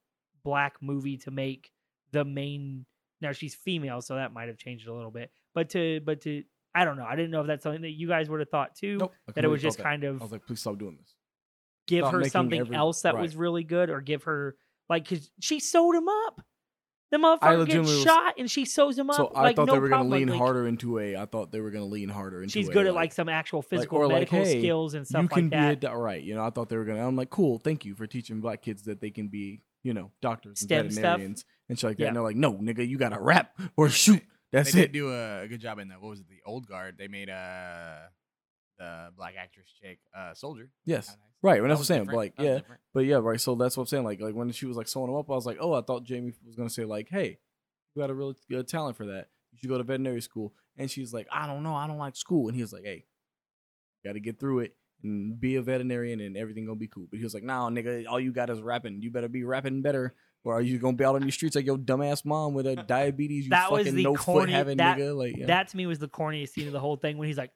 black movie to make the main. Now she's female, so that might have changed it a little bit, but to but to I don't know. I didn't know if that's something that you guys would have thought too. Nope, I That it was completely just felt kind I was of like, please stop doing this. give stop her making something every- else that right. was really good, or give her like because she sewed him up. The motherfucker legitimately gets was- shot, and she sews him up. So I like, thought no they were problem. gonna lean like, harder into a. I thought they were gonna lean harder into. she's a, good at like some actual physical or, like, medical hey, skills and stuff you can like that. be a do- right. You know, I thought they were gonna. I'm like, cool. Thank you for teaching black kids that they can be, you know, doctors STEM and stuff. veterinarians and shit like that. Yeah. And they're like, no, nigga, you gotta rap *laughs* or shoot. That's they it. did do a good job in that. What was it? The old guard. They made uh the black actress chick uh soldier. Yes. Kinda nice. Right, and that's what That I'm was saying, different. like, That was yeah. different. But yeah, right. So that's what I'm saying. Like, like when she was like sewing them up, I was like, oh, I thought Jamie was gonna say like, hey, you got a real good talent for that. You should go to veterinary school. And she's like, I don't know, I don't like school. And he was like, hey, got to get through it and be a veterinarian, and everything gonna be cool. But he was like, nah, nigga, all you got is rapping. You better be rapping better, or are you gonna be out on the streets like your dumbass mom with a *laughs* diabetes? You That was fucking the no foot corny- having that- nigga. Like, yeah. That to me was the corniest scene of the whole thing when he's like,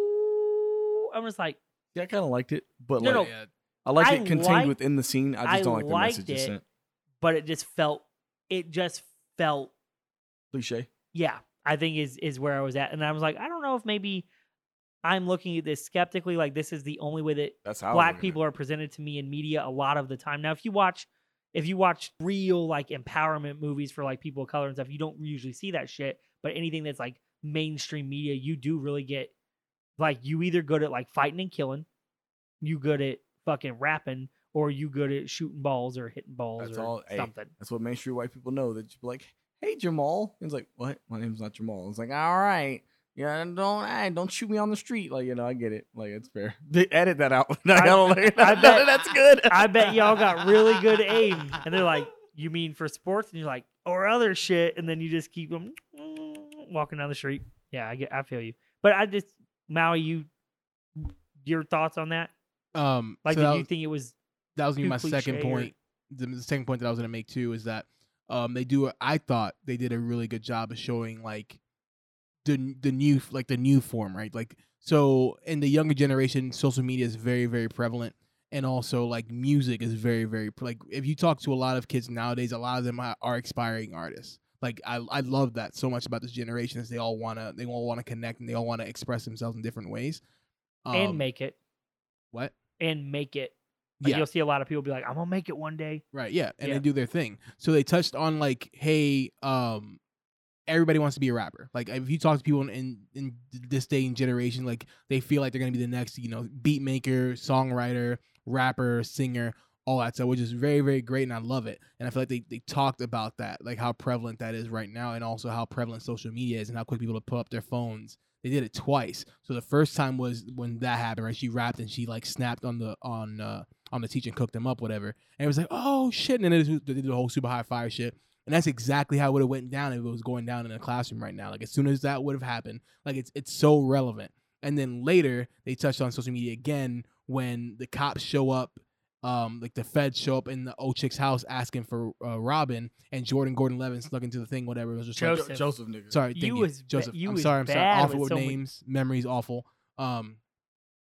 "Ooh," I'm just like, yeah, I kind of liked it, but No, like, no, yeah, I like I it contained liked- within the scene. I just I don't like the liked message it. it sent. but it just felt, it just felt, Cliche. yeah. I think is is where I was at, and I was like, I don't know if maybe I'm looking at this skeptically. Like this is the only way that That's how black people are presented to me in media a lot of the time. Now, if you watch, if you watch real like empowerment movies for like people of color and stuff, you don't usually see that shit. But anything that's like mainstream media, you do really get like you either good at like fighting and killing, you good at fucking rapping, or you good at shooting balls or hitting balls That's or all- hey, something. That's what mainstream white people know. That you be like, "Hey Jamal," and it's like, "What? My name's not Jamal." It's like, "All right, yeah, don't, I don't shoot me on the street." Like, you know, I get it. Like, it's fair. *laughs* They edit that out. *laughs* I, don't like, I bet- that's good. I bet y'all got really good aim. And they're like, you mean for sports? And you're like, or other shit. And then you just keep them walking down the street. Yeah, I get, I feel you. But I just, Maui, you, your thoughts on that? Um, Like, so did that you was- think it was, that was gonna be too my second cliche or- point. The, the second point that I was gonna make too is that um they do. I thought they did a really good job of showing like the the new like the new form, right? Like so in the younger generation, social media is very very prevalent, and also like music is very very pre- like if you talk to a lot of kids nowadays, a lot of them are, are aspiring artists. Like I, I love that so much about this generation is they all wanna they all wanna connect and they all wanna express themselves in different ways. and Um, make it, what? and make it. Like, You'll see a lot of people be like, I'm going to make it one day. Right. Yeah. And Yeah. they do their thing. So they touched on like, hey, um, everybody wants to be a rapper. Like if you talk to people in, in, in this day and generation, like they feel like they're gonna be the next, you know, beat maker, songwriter, rapper, singer, all that stuff, which is very, very great and I love it. And I feel like they, they talked about that, like how prevalent that is right now and also how prevalent social media is and how quick people to pull up their phones. They did it twice. So the first time was when that happened, right? She rapped and she like snapped on the on uh on the teacher and cooked them up, whatever. And it was like, oh shit. And then it was, they did the whole super high fire shit. And that's exactly how it would have went down if it was going down in a classroom right now. Like as soon as that would have happened, like it's it's so relevant. And then later they touched on social media again when the cops show up, um, like the feds show up in the old chick's house asking for uh, Robin and Jordan Gordon Levin snuck into the thing, whatever. It was just like, Joseph. Joseph, nigga. Sorry, thank You you, was ba- Joseph. you I'm was sorry. I'm sorry. bad Awful with with so many- names. Memory's awful. Um,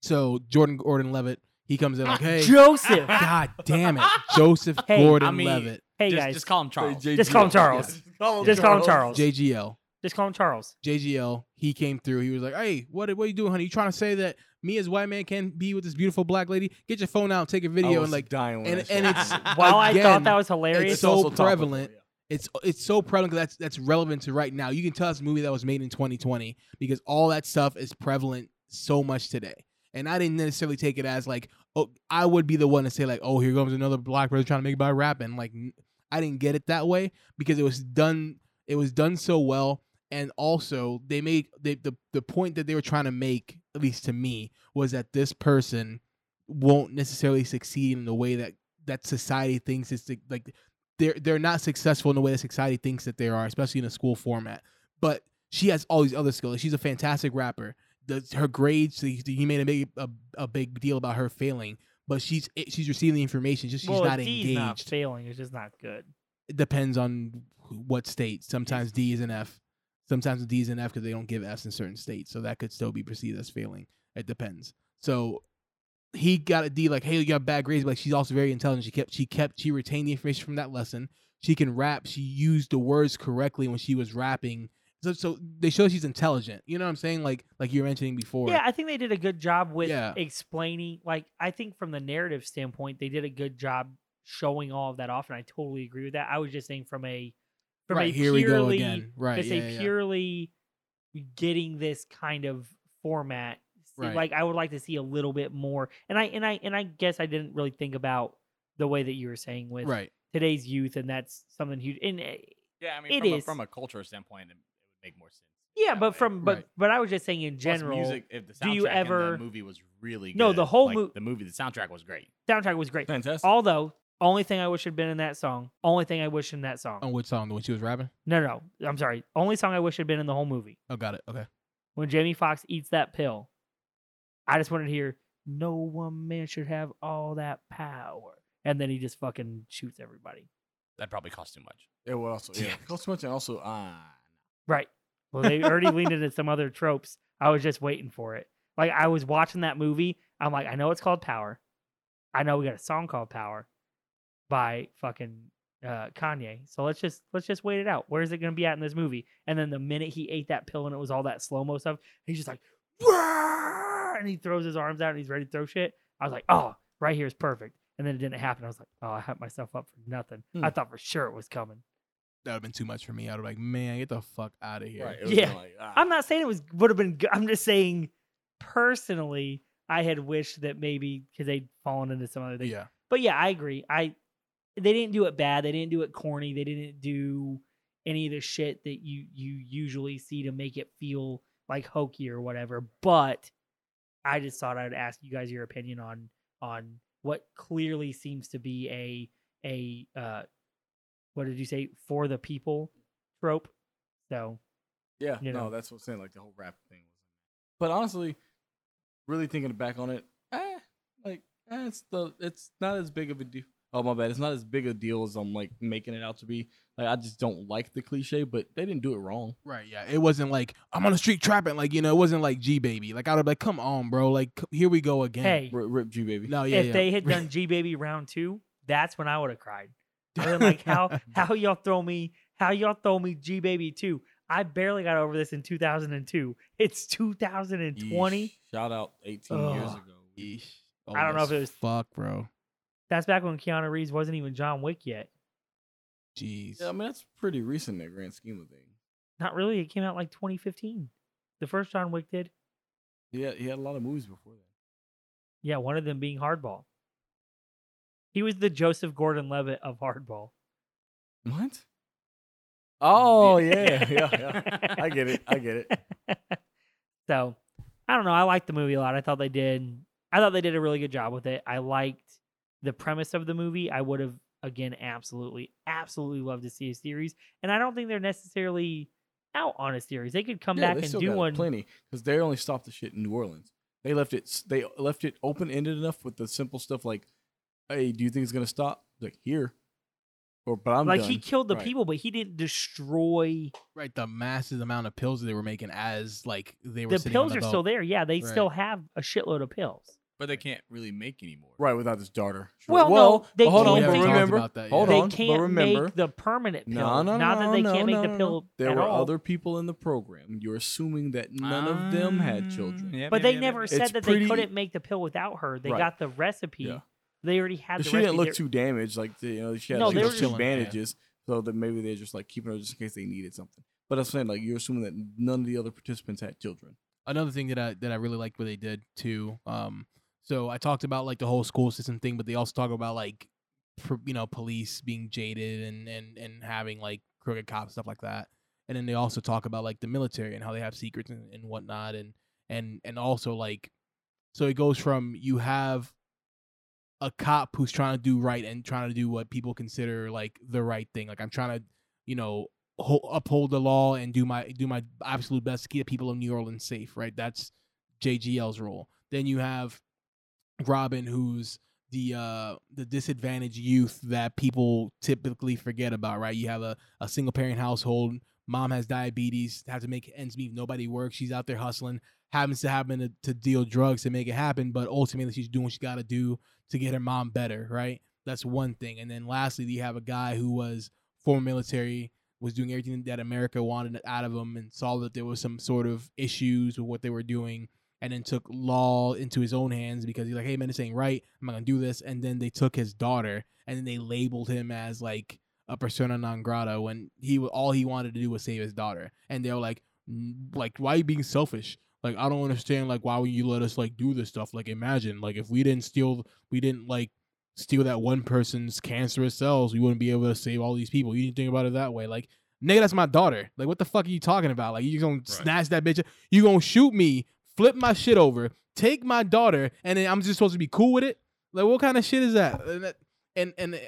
so Jordan Gordon Levitt, he comes in like, hey, *laughs* Joseph. *laughs* God damn it, Joseph Ah, Hey, I Gordon mean- Levitt, hey, just, guys. just call him Charles. Just call him Charles. Just call him Charles. JGL. Just call *laughs* him Charles. JGL, he came through. He was like, "Hey, what what are you doing, honey? You trying to say that me as white man can be with this beautiful black lady? Get your phone out, take a video, and like dying. when and- I saw and it. it's- While I thought Again, that was hilarious, it's It's so also topical, prevalent. yeah. it's it's so prevalent 'cause that's that's relevant to right now. You can tell it's a movie that was made in 2020 because all that stuff is prevalent so much today. And I didn't necessarily take it as like, oh, I would be the one to say like, oh, here comes another black person trying to make it by rapping. Like, n- I didn't get it that way because it was done. It was done so well, and also they made they, the the point that they were trying to make, at least to me, was that this person won't necessarily succeed in the way that that society thinks is the- like they're they're not successful in the way that society thinks that they are, especially in a school format. But she has all these other skills. She's a fantastic rapper. The, her grades, he he made a big a, a big deal about her failing, but she's she's receiving the information. Just she's well, not if D's engaged not failing. It's just not good. it depends on what state. Sometimes D is an F. Sometimes D is an F because they don't give Fs in certain states. So that could still be perceived as failing. It depends. So he got a D like, hey, you got bad grades, but like she's also very intelligent. She kept she kept she retained the information from that lesson. She can rap. She used the words correctly when she was rapping. So so they show she's intelligent. You know what I'm saying? Like like you were mentioning before. Yeah, I think they did a good job with Yeah. explaining. Like, I think from the narrative standpoint, they did a good job showing all of that off, and I totally agree with that. I was just saying from a from right, a here purely, we go again. Right. It's Yeah, a yeah, yeah. purely getting this kind of format. See, Right. Like, I would like to see a little bit more. And I and I and I guess I didn't really think about the way that you were saying with Right. today's youth, and that's something huge. And uh, Yeah, I mean, It from, is. A, from a cultural standpoint, it, it would make more sense. yeah, that but way. from but Right. but I was just saying in Plus, general, music, if the soundtrack do you in ever- the movie was really good. No, the whole like, mo- the movie, the soundtrack was great. soundtrack was great. Fantastic. Although, only thing I wish had been in that song, only thing I wish in that song. On which song? The one she was rapping? No, no, no, I'm sorry. Only song I wish had been in the whole movie. Oh, got it. Okay. When Jamie Foxx eats that pill, I just wanted to hear, no one man should have all that power. And then he just fucking shoots everybody. That probably cost too much. It would also yeah. Cost too much and also uh Right. Well, they already leaned into some other tropes. I was just waiting for it. Like, I was watching that movie. I'm like, I know it's called Power. I know we got a song called Power by fucking uh, Kanye. So let's just let's just wait it out. Where is it going to be at in this movie? And then the minute he ate that pill and it was all that slow mo stuff, he's just like, "Rah!" and he throws his arms out and he's ready to throw shit. I was like, oh, right here is perfect. And then it didn't happen. I was like, oh, I hyped myself up for nothing. I thought for sure it was coming. That would have been too much for me. I would have like, man, get the fuck out of here. right. Yeah. kinda like, ah. I'm not saying it was would have been. good. I'm just saying, personally, I had wished that maybe because they'd fallen into some other thing. Yeah. But yeah, I agree. I they didn't do it bad. They didn't do it corny. They didn't do any of the shit that you you usually see to make it feel like hokey or whatever. But I just thought I'd ask you guys your opinion on on what clearly seems to be a a uh, what did you say for the people trope. So Yeah, you know. no, that's what I'm saying. Like the whole rap thing was. But honestly, really thinking back on it, eh, like eh, it's the it's not as big of a deal. Oh my bad, it's not as big a deal as I'm like making it out to be. Like I just don't like the cliche, but they didn't do it wrong. Right, yeah. It wasn't like I'm on the street trapping, like you know. It wasn't like G Baby. Like I would be like, come on, bro. Like c- here we go again. hey, Rip, rip G baby. no, yeah, if yeah. they had *laughs* done G Baby round two, that's when I would have cried. I would like, how how y'all throw me how y'all throw me G Baby two? I barely got over this in 2002. It's 2020. Yeesh. Shout out 18 years Ugh. ago. Yeesh. I don't know Old if it as was- fuck, bro. That's back when Keanu Reeves wasn't even John Wick yet. Jeez. Yeah, I mean that's pretty recent in the grand scheme of things. Not really. It came out like 2015. The first John Wick did. Yeah, he had a lot of movies before that. Yeah, one of them being Hardball. He was the Joseph Gordon-Levitt of Hardball. What? Oh yeah, yeah, *laughs* yeah. I get it. I get it. so I don't know. I liked the movie a lot. I thought they did. I thought they did a really good job with it. I liked the premise of the movie. I would have again absolutely, absolutely loved to see a series. And I don't think they're necessarily out on a series. They could come yeah, back they and still do got it one. plenty because they only stopped the shit in New Orleans. They left it. s- They left it open ended enough with the simple stuff like, "Hey, do you think it's gonna stop?" Like here, or but I'm like done." he killed the Right. people, but he didn't destroy. right, the massive amount of pills that they were making as like they were. The sitting pills on are boat. still there. Yeah, they Right. still have a shitload of pills. But they can't really make anymore. Right without his daughter. Well, no, they but hold can't on. We But haven't talked remember, about that hold yet. they on. can't but remember, make the permanent pill. no, no, Not no, that they no, can't no, make no. the pill. There at were all. other people in the program. You're assuming that none of them had children. Ah. Um, yeah, But yeah, they yeah, never yeah. said It's that pretty- they couldn't make the pill without her. They Right. got the recipe. Yeah. They already had the But she recipe. didn't look They're- too damaged. Like the, you know, she had No, like, they were two just- bandages, so that maybe they're just like keeping her just in case they needed something. But I'm saying like you're assuming that none of the other participants had children. another thing that I that I really liked what they did too. Um, so I talked about like the whole school system thing, but they also talk about like pr- you know police being jaded and and and having like crooked cops stuff like that. and then they also talk about like the military and how they have secrets and, and whatnot and and and also like so it goes from you have a cop who's trying to do right and trying to do what people consider like the right thing like i'm trying to you know ho- uphold the law and do my do my absolute best to keep people in new orleans safe right that's jgl's role then you have robin who's the uh the disadvantaged youth that people typically forget about right you have a, a single parent household mom has diabetes has to make ends meet nobody works she's out there hustling happens to happen to, to deal drugs to make it happen but ultimately she's doing what she got to do to get her mom better right that's one thing and then lastly you have a guy who was former military was doing everything that america wanted out of him and saw that there was some sort of issues with what they were doing and then took law into his own hands because he's like, hey man, this ain't right. I'm not gonna do this. And then they took his daughter and then they labeled him as like a persona non grata when he wa- all he wanted to do was save his daughter. And they were like, "N- like why are you being selfish? Like I don't understand. Like why would you let us like do this stuff? Like imagine like if we didn't steal, we didn't like steal that one person's cancerous cells, we wouldn't be able to save all these people. You didn't think about it that way. Like nigga, that's my daughter. Like what the fuck are you talking about? Like you gonna snatch that bitch? up? You gonna shoot me? flip my shit over, take my daughter, and then I'm just supposed to be cool with it? Like, what kind of shit is that? And that- and, and uh,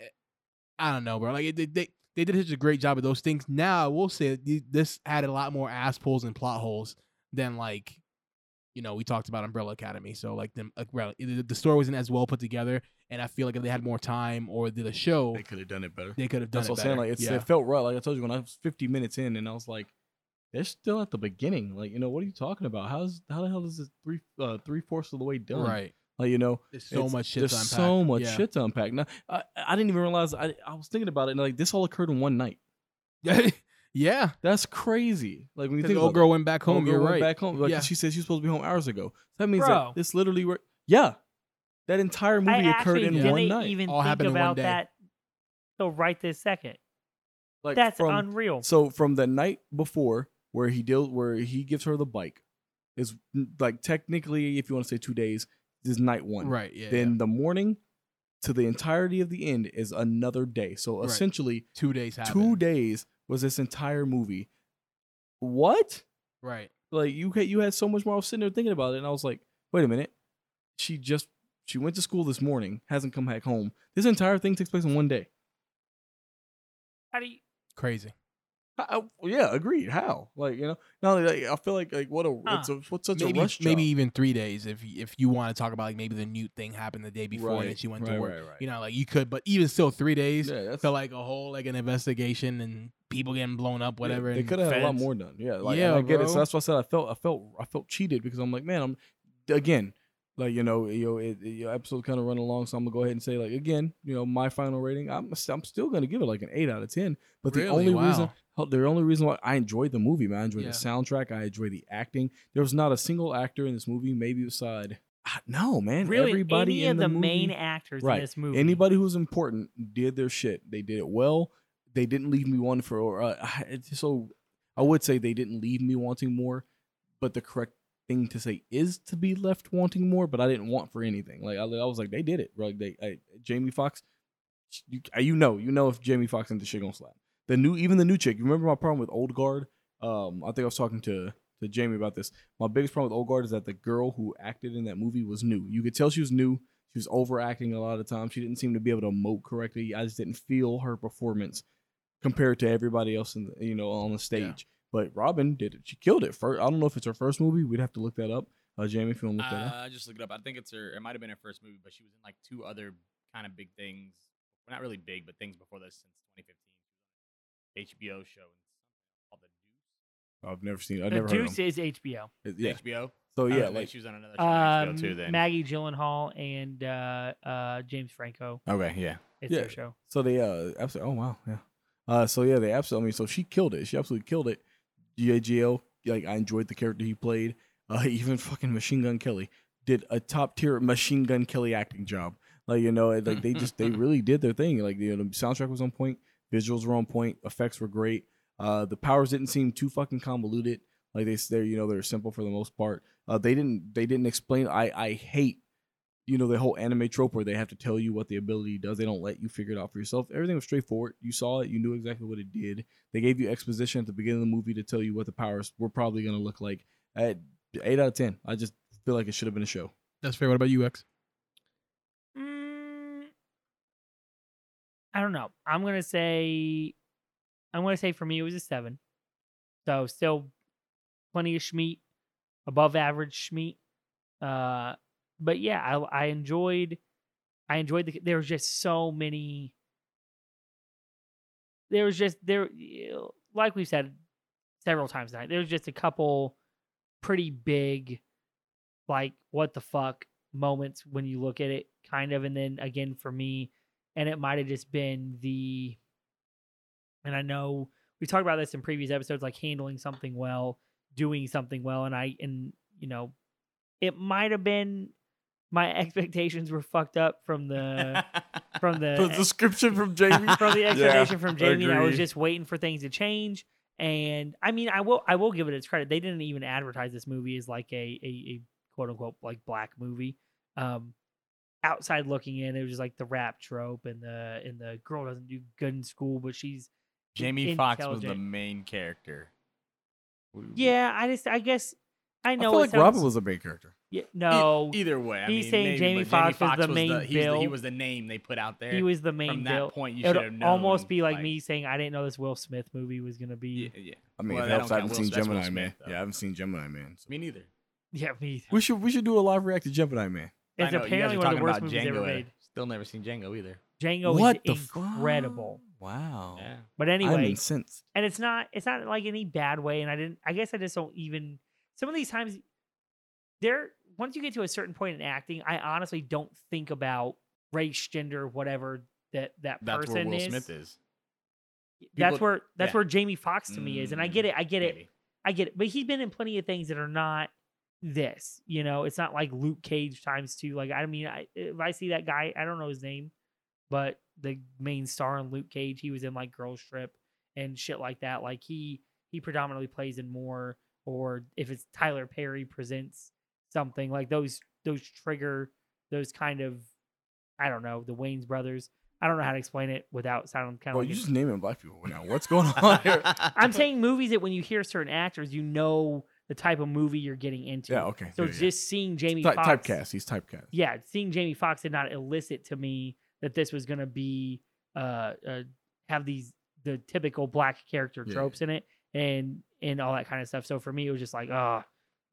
I don't know, bro. Like, it- they, they they did such a great job of those things. Now I will say that the- this had a lot more ass pulls and plot holes than like, you know, we talked about Umbrella Academy. So like, them, umbrella the, the story wasn't as well put together, and I feel like if they had more time or did a show, They could have done it better. they could have done That's it what I'm better. saying. Like it's, yeah. it felt right. Like I told you when I was 50 minutes in, and I was like, "They're still at the beginning." Like you know, what are you talking about? How's how the hell is this three uh, three fourths of the way done? right. Like you know, There's so it's- much shit. There's to unpack. so *laughs* much Yeah. shit to unpack. Now I, I didn't even realize I, I was thinking about it. And like this all occurred in one night. yeah. That's crazy. Like when you The think old about it, girl went back old home. girl You're went right. Back home. Like Yeah. she said she was supposed to be home hours ago. So that means Bro. that this literally were yeah. That entire movie I occurred actually in didn't one night. even All think happened in one about day. that. So right this second, like that's from, unreal. So from the night before, where he deal, where he gives her the bike, is mm, like technically, if you want to say two days, is night one. Right. Yeah. Then yeah. the morning to the entirety of the end is another day. So Right. essentially, two days happened. two days was this entire movie. What? Right. Like you had you had so much more. I was sitting there thinking about it, and I was like, wait a minute. She just she went to school this morning, hasn't come back home. This entire thing takes place in one day. How do you? Crazy. I, I- yeah, agreed. How? Like you know, now like, I feel like like what a it's a, what's such maybe a rush. maybe job. even three days if y- if you want to talk about like maybe the Newt thing happened the day before Right, and she went right, to work. right, right. You know, like you could, but even still, three days yeah, that's felt like a whole like an investigation and people getting blown up, whatever. Yeah, they and could have had a lot feds. more done. Yeah, like, and Yeah, I get it. bro. So that's why I said I felt I felt I felt cheated because I'm like, man, I'm again, like you know, you know, it, it- your episode kind of run along, so I'm gonna go ahead and say like again, you know, my final rating, I'm s- I'm still gonna give it like an eight out of ten. But the Really? only Wow. reason. hell, The only reason why I enjoyed the movie, man, I enjoyed Yeah. the soundtrack, I enjoyed the acting. There was not a single actor in this movie, maybe beside, Ah, no, man, Really, everybody any in of the, the, movie, main actors Right. in this movie. Anybody who's important did their shit. They did it well. They didn't leave me one for uh, *sighs* it's so. I would say they didn't leave me wanting more, but the correct thing to say is to be left wanting more. But I didn't want for anything. Like I, I was like, they did it. Like they, I, Jamie Fox, you, you know, you know if Jamie Fox and the shit gonna slap. The new, even the new chick. You remember my problem with Old Guard? Um, I think I was talking to to Jamie about this. My biggest problem with Old Guard is that the girl who acted in that movie was new. You could tell she was new. She was overacting a lot of times. She didn't seem to be able to emote correctly. I just didn't feel her performance compared to everybody else in the, you know on the stage. But Robin did it. She killed it. First, I don't know if it's her first movie. We'd have to look that up. Uh, Jamie, if you want to look that up. Uh, I just looked it up. I think it's her. It might have been her first movie, but she was in like two other kind of big things. Well, not really big, but things before this since 2015. HBO show and something called The I've never seen. it. I've the never heard Deuce of it. is HBO. Yeah. Deuce. HBO. So I don't yeah, think like Oh, she was on another show on Um, HBO too. Then Maggie Gyllenhaal and uh, uh, James Franco. okay, yeah. *laughs* It's Yeah. their show. So they uh absolutely. Oh wow, yeah. Uh, so yeah, they absolutely. I mean, so she killed it. She absolutely killed it. GAGL, like I enjoyed the character he played. Uh, *laughs* even fucking Machine Gun Kelly did a top tier Machine Gun Kelly acting job. Like you know, it- like they just they really did their thing. Like you know, the soundtrack was on point, visuals were on point, effects were great. Uh, the powers didn't seem too fucking convoluted. Like they, they're you know they're simple for the most part. Uh, they didn't they didn't explain. I I hate you know, the whole anime trope where they have to tell you what the ability does. They don't let you figure it out for yourself. Everything was straightforward. You saw it. You knew exactly what it did. They gave you exposition at the beginning of the movie to tell you what the powers were probably going to look like. At eight out of ten, I just feel like it should have been a show. That's fair. What about you, X? Mm, I don't know. I'm gonna say, I'm gonna say for me it was a seven. So still plenty of schmeat, above average schmeat. Uh, but yeah, I I enjoyed, I enjoyed the. There was just so many. There was just there, uh, like we've said several times tonight. There was just a couple pretty big, like what the fuck moments when you look at it kind of and then again for me and it might have just been the and i know we talked about this in previous episodes like handling something well doing something well and i and you know it might have been my *laughs* expectations were fucked up from the from *laughs* the The description from Jamie. *laughs* from the Yeah, explanation from Jamie. and I was agreed. just waiting for things to change. And I mean, I will I will give it its credit. They didn't even advertise this movie as like a a, a quote unquote like black movie. Um, outside looking in, it was just like the rap trope and the and the girl doesn't do good in school, but she's Jamie Foxx was the intelligent. main character. Mm. yeah. I just I guess I I know feel it like sounds- Robin was a main character. yeah, no. E- either way, I he's mean, saying maybe, Jamie but Foxx was Foxx the main he's the- bill. he was the name they put out there. he was the main From that bill. point, you It should have would known. almost be like, me saying I didn't know this Will Smith movie was gonna Yeah, be. yeah. I mean, Well, it that helps. don't I count. haven't Will seen Smith- that's Will Gemini Man. Smith, though. Yeah, I haven't seen Gemini Man. so- Me neither. *laughs* Yeah, me. We should we should do a live react to Gemini Man. I It's know, you guys apparently are one of the talking worst about movies ever Django. made. Still never seen Django either. Django is What the fu- incredible. Wow. Yeah. But I'm anyway, incensed. and it's not it's not like any bad way. And I didn't I guess I just don't even some of these times there once you get to a certain point in acting, I honestly don't think about race, gender, whatever that that That's person where Will is. Smith is. That's People- where that's yeah. Mm, where Jamie Foxx to me is. And I get it, I get it, Maybe. I get it. But he's been in plenty of things that are not this. You know, it's not like Luke Cage times two. Like I mean, I, if I see that guy, I don't know his name, but the main star in Luke Cage, he was in like Girls Trip and shit like that. Like he he predominantly plays in more, or if it's Tyler Perry presents something like those those trigger those kind of I don't know the Wayne's brothers. I don't know how to explain it without sounding kind of Bro, like you a just naming black people now. What's going on *laughs* here? I'm saying movies that when you hear certain actors, you know the type of movie you're getting into. yeah. oh, Okay. So yeah, yeah. just seeing Jamie Ty- Foxx. typecast. He's typecast. Yeah, seeing Jamie Foxx did not elicit to me that this was going to be uh, uh have these the typical black character Yeah. tropes in it and and all that kind of stuff. So for me, it was just like, ah,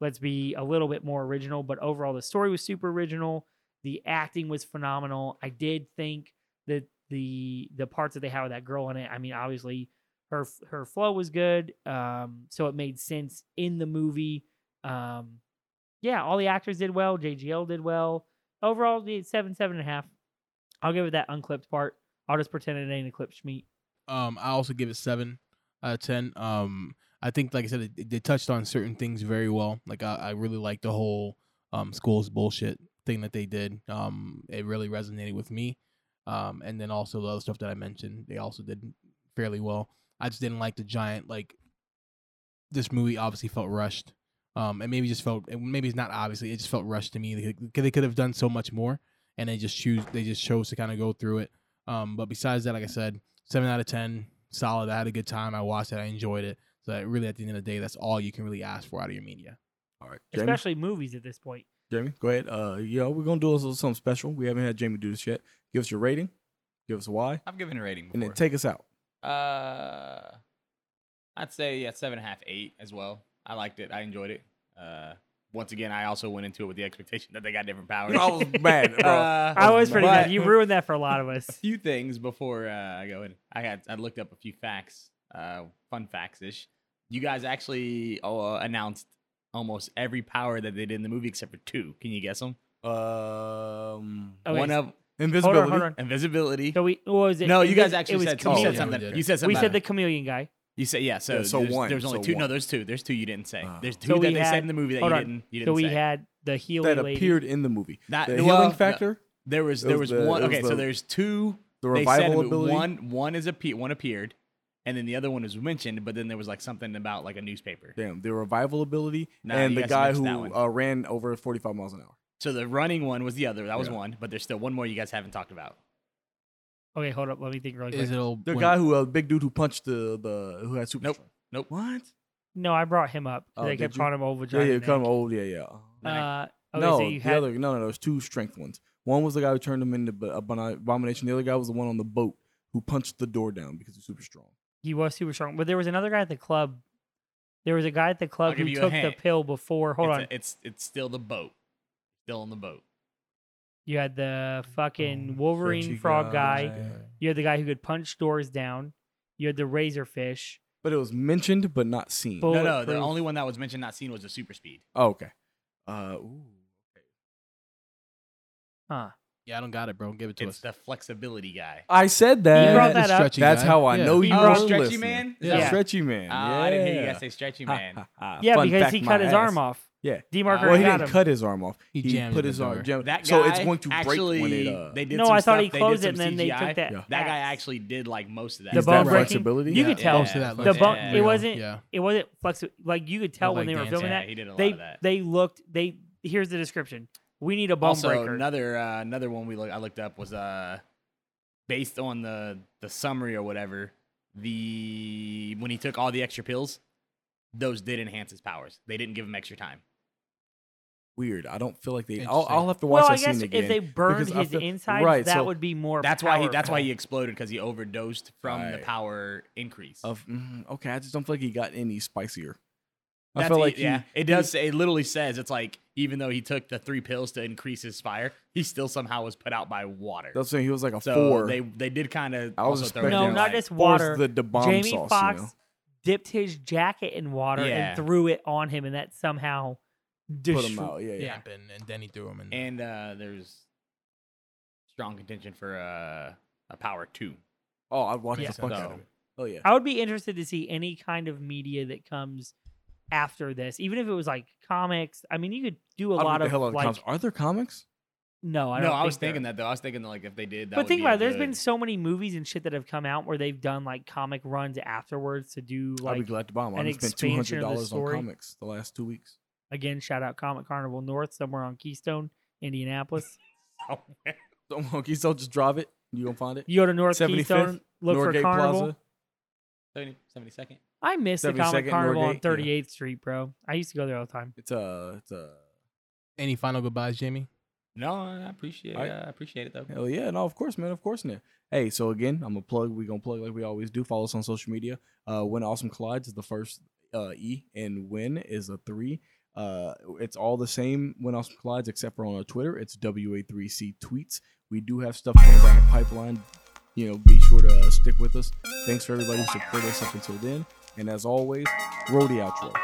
let's be a little bit more original. But overall, the story was super original. The acting was phenomenal. I did think that the the parts that they had with that girl in it. I mean, obviously her f- her flow was good. Um, so it made sense in the movie. Um, yeah, all the actors did well. JGL did well. Overall, the seven seven and a half. I'll give it that unclipped part. I'll just pretend it ain't a clipped Schmeat. Um, I also give it seven out of ten. Um, I think, like I said, it, they touched on certain things very well. Like I, I really liked the whole um schools bullshit thing that they did. Um, it really resonated with me. Um, and then also the other stuff that I mentioned, they also did fairly well. I just didn't like the giant like. This movie obviously felt rushed. Um, and maybe just felt and maybe it's not obviously it just felt rushed to me. They could, they could have done so much more, and they just choose they just chose to kind of go through it. Um, but besides that, like I said, seven out of ten, solid. I had a good time. I watched it. I enjoyed it. So that really, at the end of the day, that's all you can really ask for out of your media. All right. Jamie, especially movies at this point. Jamie, go ahead. Uh, yo, we're gonna do a little something special. We haven't had Jamie do this yet. Give us your rating. Give us why, I've given a rating before. and then take us out. Uh, I'd say yeah, seven and a half, eight as well. I liked it. I enjoyed it. Uh, once again, I also went into it with the expectation that they got different powers. *laughs* I was mad, *laughs* bro. Uh, I was pretty but bad. You ruined that for a lot of us. a *laughs* few things before uh, I go in. I got I looked up a few facts, uh, fun facts ish. You guys actually uh, announced almost every power that they did in the movie except for two. Can you guess them? Um, Okay. One of invisibility. Hold on, hold on. invisibility. So we what was it? no, It you was- guys it actually was said, you chameleon. said yeah, something. we did. you said something. We said the chameleon guy. You said yeah. So, Yeah, so there's, one, There's only so two. one. No, there's two. There's two you didn't say. Oh. There's two So we that they had- said in the movie that hold you on. didn't. You So didn't we say. had the Healy that lady. appeared in the movie. That- the Uh, well, healing no. factor, there was it there was was, the- one. it was Okay, so the- there's two. the They said revival it- ability. one one is appe- one appeared, and then the other one was mentioned. But then there was like something about like a newspaper. Damn, the revival ability, Nah, and you the guys guy missed that who one. uh, ran over 45 miles an hour. So the running one was the other. That was Yeah. one, but there's still one more you guys haven't taled about. Okay, hold up. Let me think really quick. Is it all The when- guy who, uh, big dude who punched the, the who had super Nope. strength. Nope. What? no, I brought him up. 'cause Oh, they did kept you? calling him old Yeah, vagina. yeah, man. come old, yeah, yeah. Uh, okay, no, so you the had, other, no, no, there's two strength ones. One was the guy who turned him into b- abomin- abomination. The other guy was the one on the boat who punched the door down because he's super strong. he was super strong, but there was another guy at the club. There was a guy at the club I'll give who you a took the hint. pill before. Hold it's on, a- it's it's still the boat. Still on the boat. you had the Oh, fucking Um, Wolverine Frenchie frog guy. guy. You had the guy who could punch doors down. You had the Razorfish. But it was mentioned but not seen. Bull- No, no. The Bulletproof. only one that was mentioned not seen was the super speed. oh, okay. Uh, ooh. Huh? Yeah, I don't got it, bro. Give it to It's us. the flexibility guy. I said You that. brought that up. Stretchy That's guy. how I Yeah. know He you brought- were oh, stretchy listening. man. Is Yeah. that- Yeah. Stretchy man. Ah, I didn't hear you yeah. guys say stretchy Ha, *laughs* man. ha, ha. Yeah, Fun because fact, he my cut his ass. arm off. Yeah. Demarco Well, he got didn't him. cut his arm off. He He, jammed put it in his the arm. door. jammed- That so guy it's going to break actually, when it. Uh, they did No, some I thought stuff, he closed it they did and some then they CGI. took that. Yeah. That guy axe. actually did like most of that. The Is that bone right? breaking. flexibility? You Yeah, could yeah, tell Close to that the level. bone. Yeah. It wasn't. Yeah. It wasn't flexible. Like you could tell when like they were dance, filming yeah, that. he did a lot They of that. they looked. They here's the description. We need a bone also, breaker. another uh, another one we look, I looked up was uh based on the the summary or whatever. The when he took all the extra pills, those did enhance his powers. They didn't give him extra time. weird. I don't feel like they. I'll, Interesting. I'll have to watch well, I that guess scene again. if they burned because I his feel- insides, right, that so would be more. That's why he that's why powerful. he exploded because he overdosed from the Right. power increase. of mm, okay, I just don't feel like he got any spicier. I That's feel e- like yeah, he, it does. say It literally says it's like even though he took the three pills to increase his fire, he still somehow was put out by water. That's when he was like a so four. they they did kind of. I was also expecting- No, Yeah. not just. just Forced water. The, the bomb Jamie sauce. Foxx you know? dipped his jacket in water Yeah. and threw it on him, and that somehow Put him destro- out. Yeah, yeah. Yeah, and, and then he threw him in. there. And uh, there's strong contention for uh, a power two. Oh, I'd watch Yeah. the fuck out So- of him. Oh yeah. I would be interested to see any kind of media that comes after this, even if it was like comics. I mean, you could do a I'd read lot the of hell out like. comics. Are there comics? No, I no, don't I was think there- thinking that though. I was thinking like if they did, that But would think be about a it. *laughs* There's been good- so many movies and shit that have come out where they've done like comic runs afterwards to do I'd be like glad to buy them. I an just spent two expansion of the hundred dollars on story? comics the last two weeks. *laughs* again. Shout out Comic Carnival North somewhere on Keystone, Indianapolis. So monkeys don't just drive it. You gonna find it? You go to North 75th, Keystone, look Norgate for Carnival. Plaza. 70, 72nd. I miss the Comic 72nd Carnival on Norgate, yeah. 38th Street, bro. I used to go there all the time. It's a. It's a. Any final goodbyes, Jamie? No, I appreciate. I- I appreciate it though. Hell yeah! No, of course, man. Of course, man. Hey, so again, I'm a plug. We gonna plug like we always do. Follow us on social media. Uh, when awesome collides is the first uh, E, and when is a three. Uh, it's all the same when awesome collides, except for on our Twitter, it's WA3C tweets. We do have stuff coming down the pipeline. You know, be sure to uh, stick with us. Thanks for everybody who supported us up until then. And as always, roll the outro.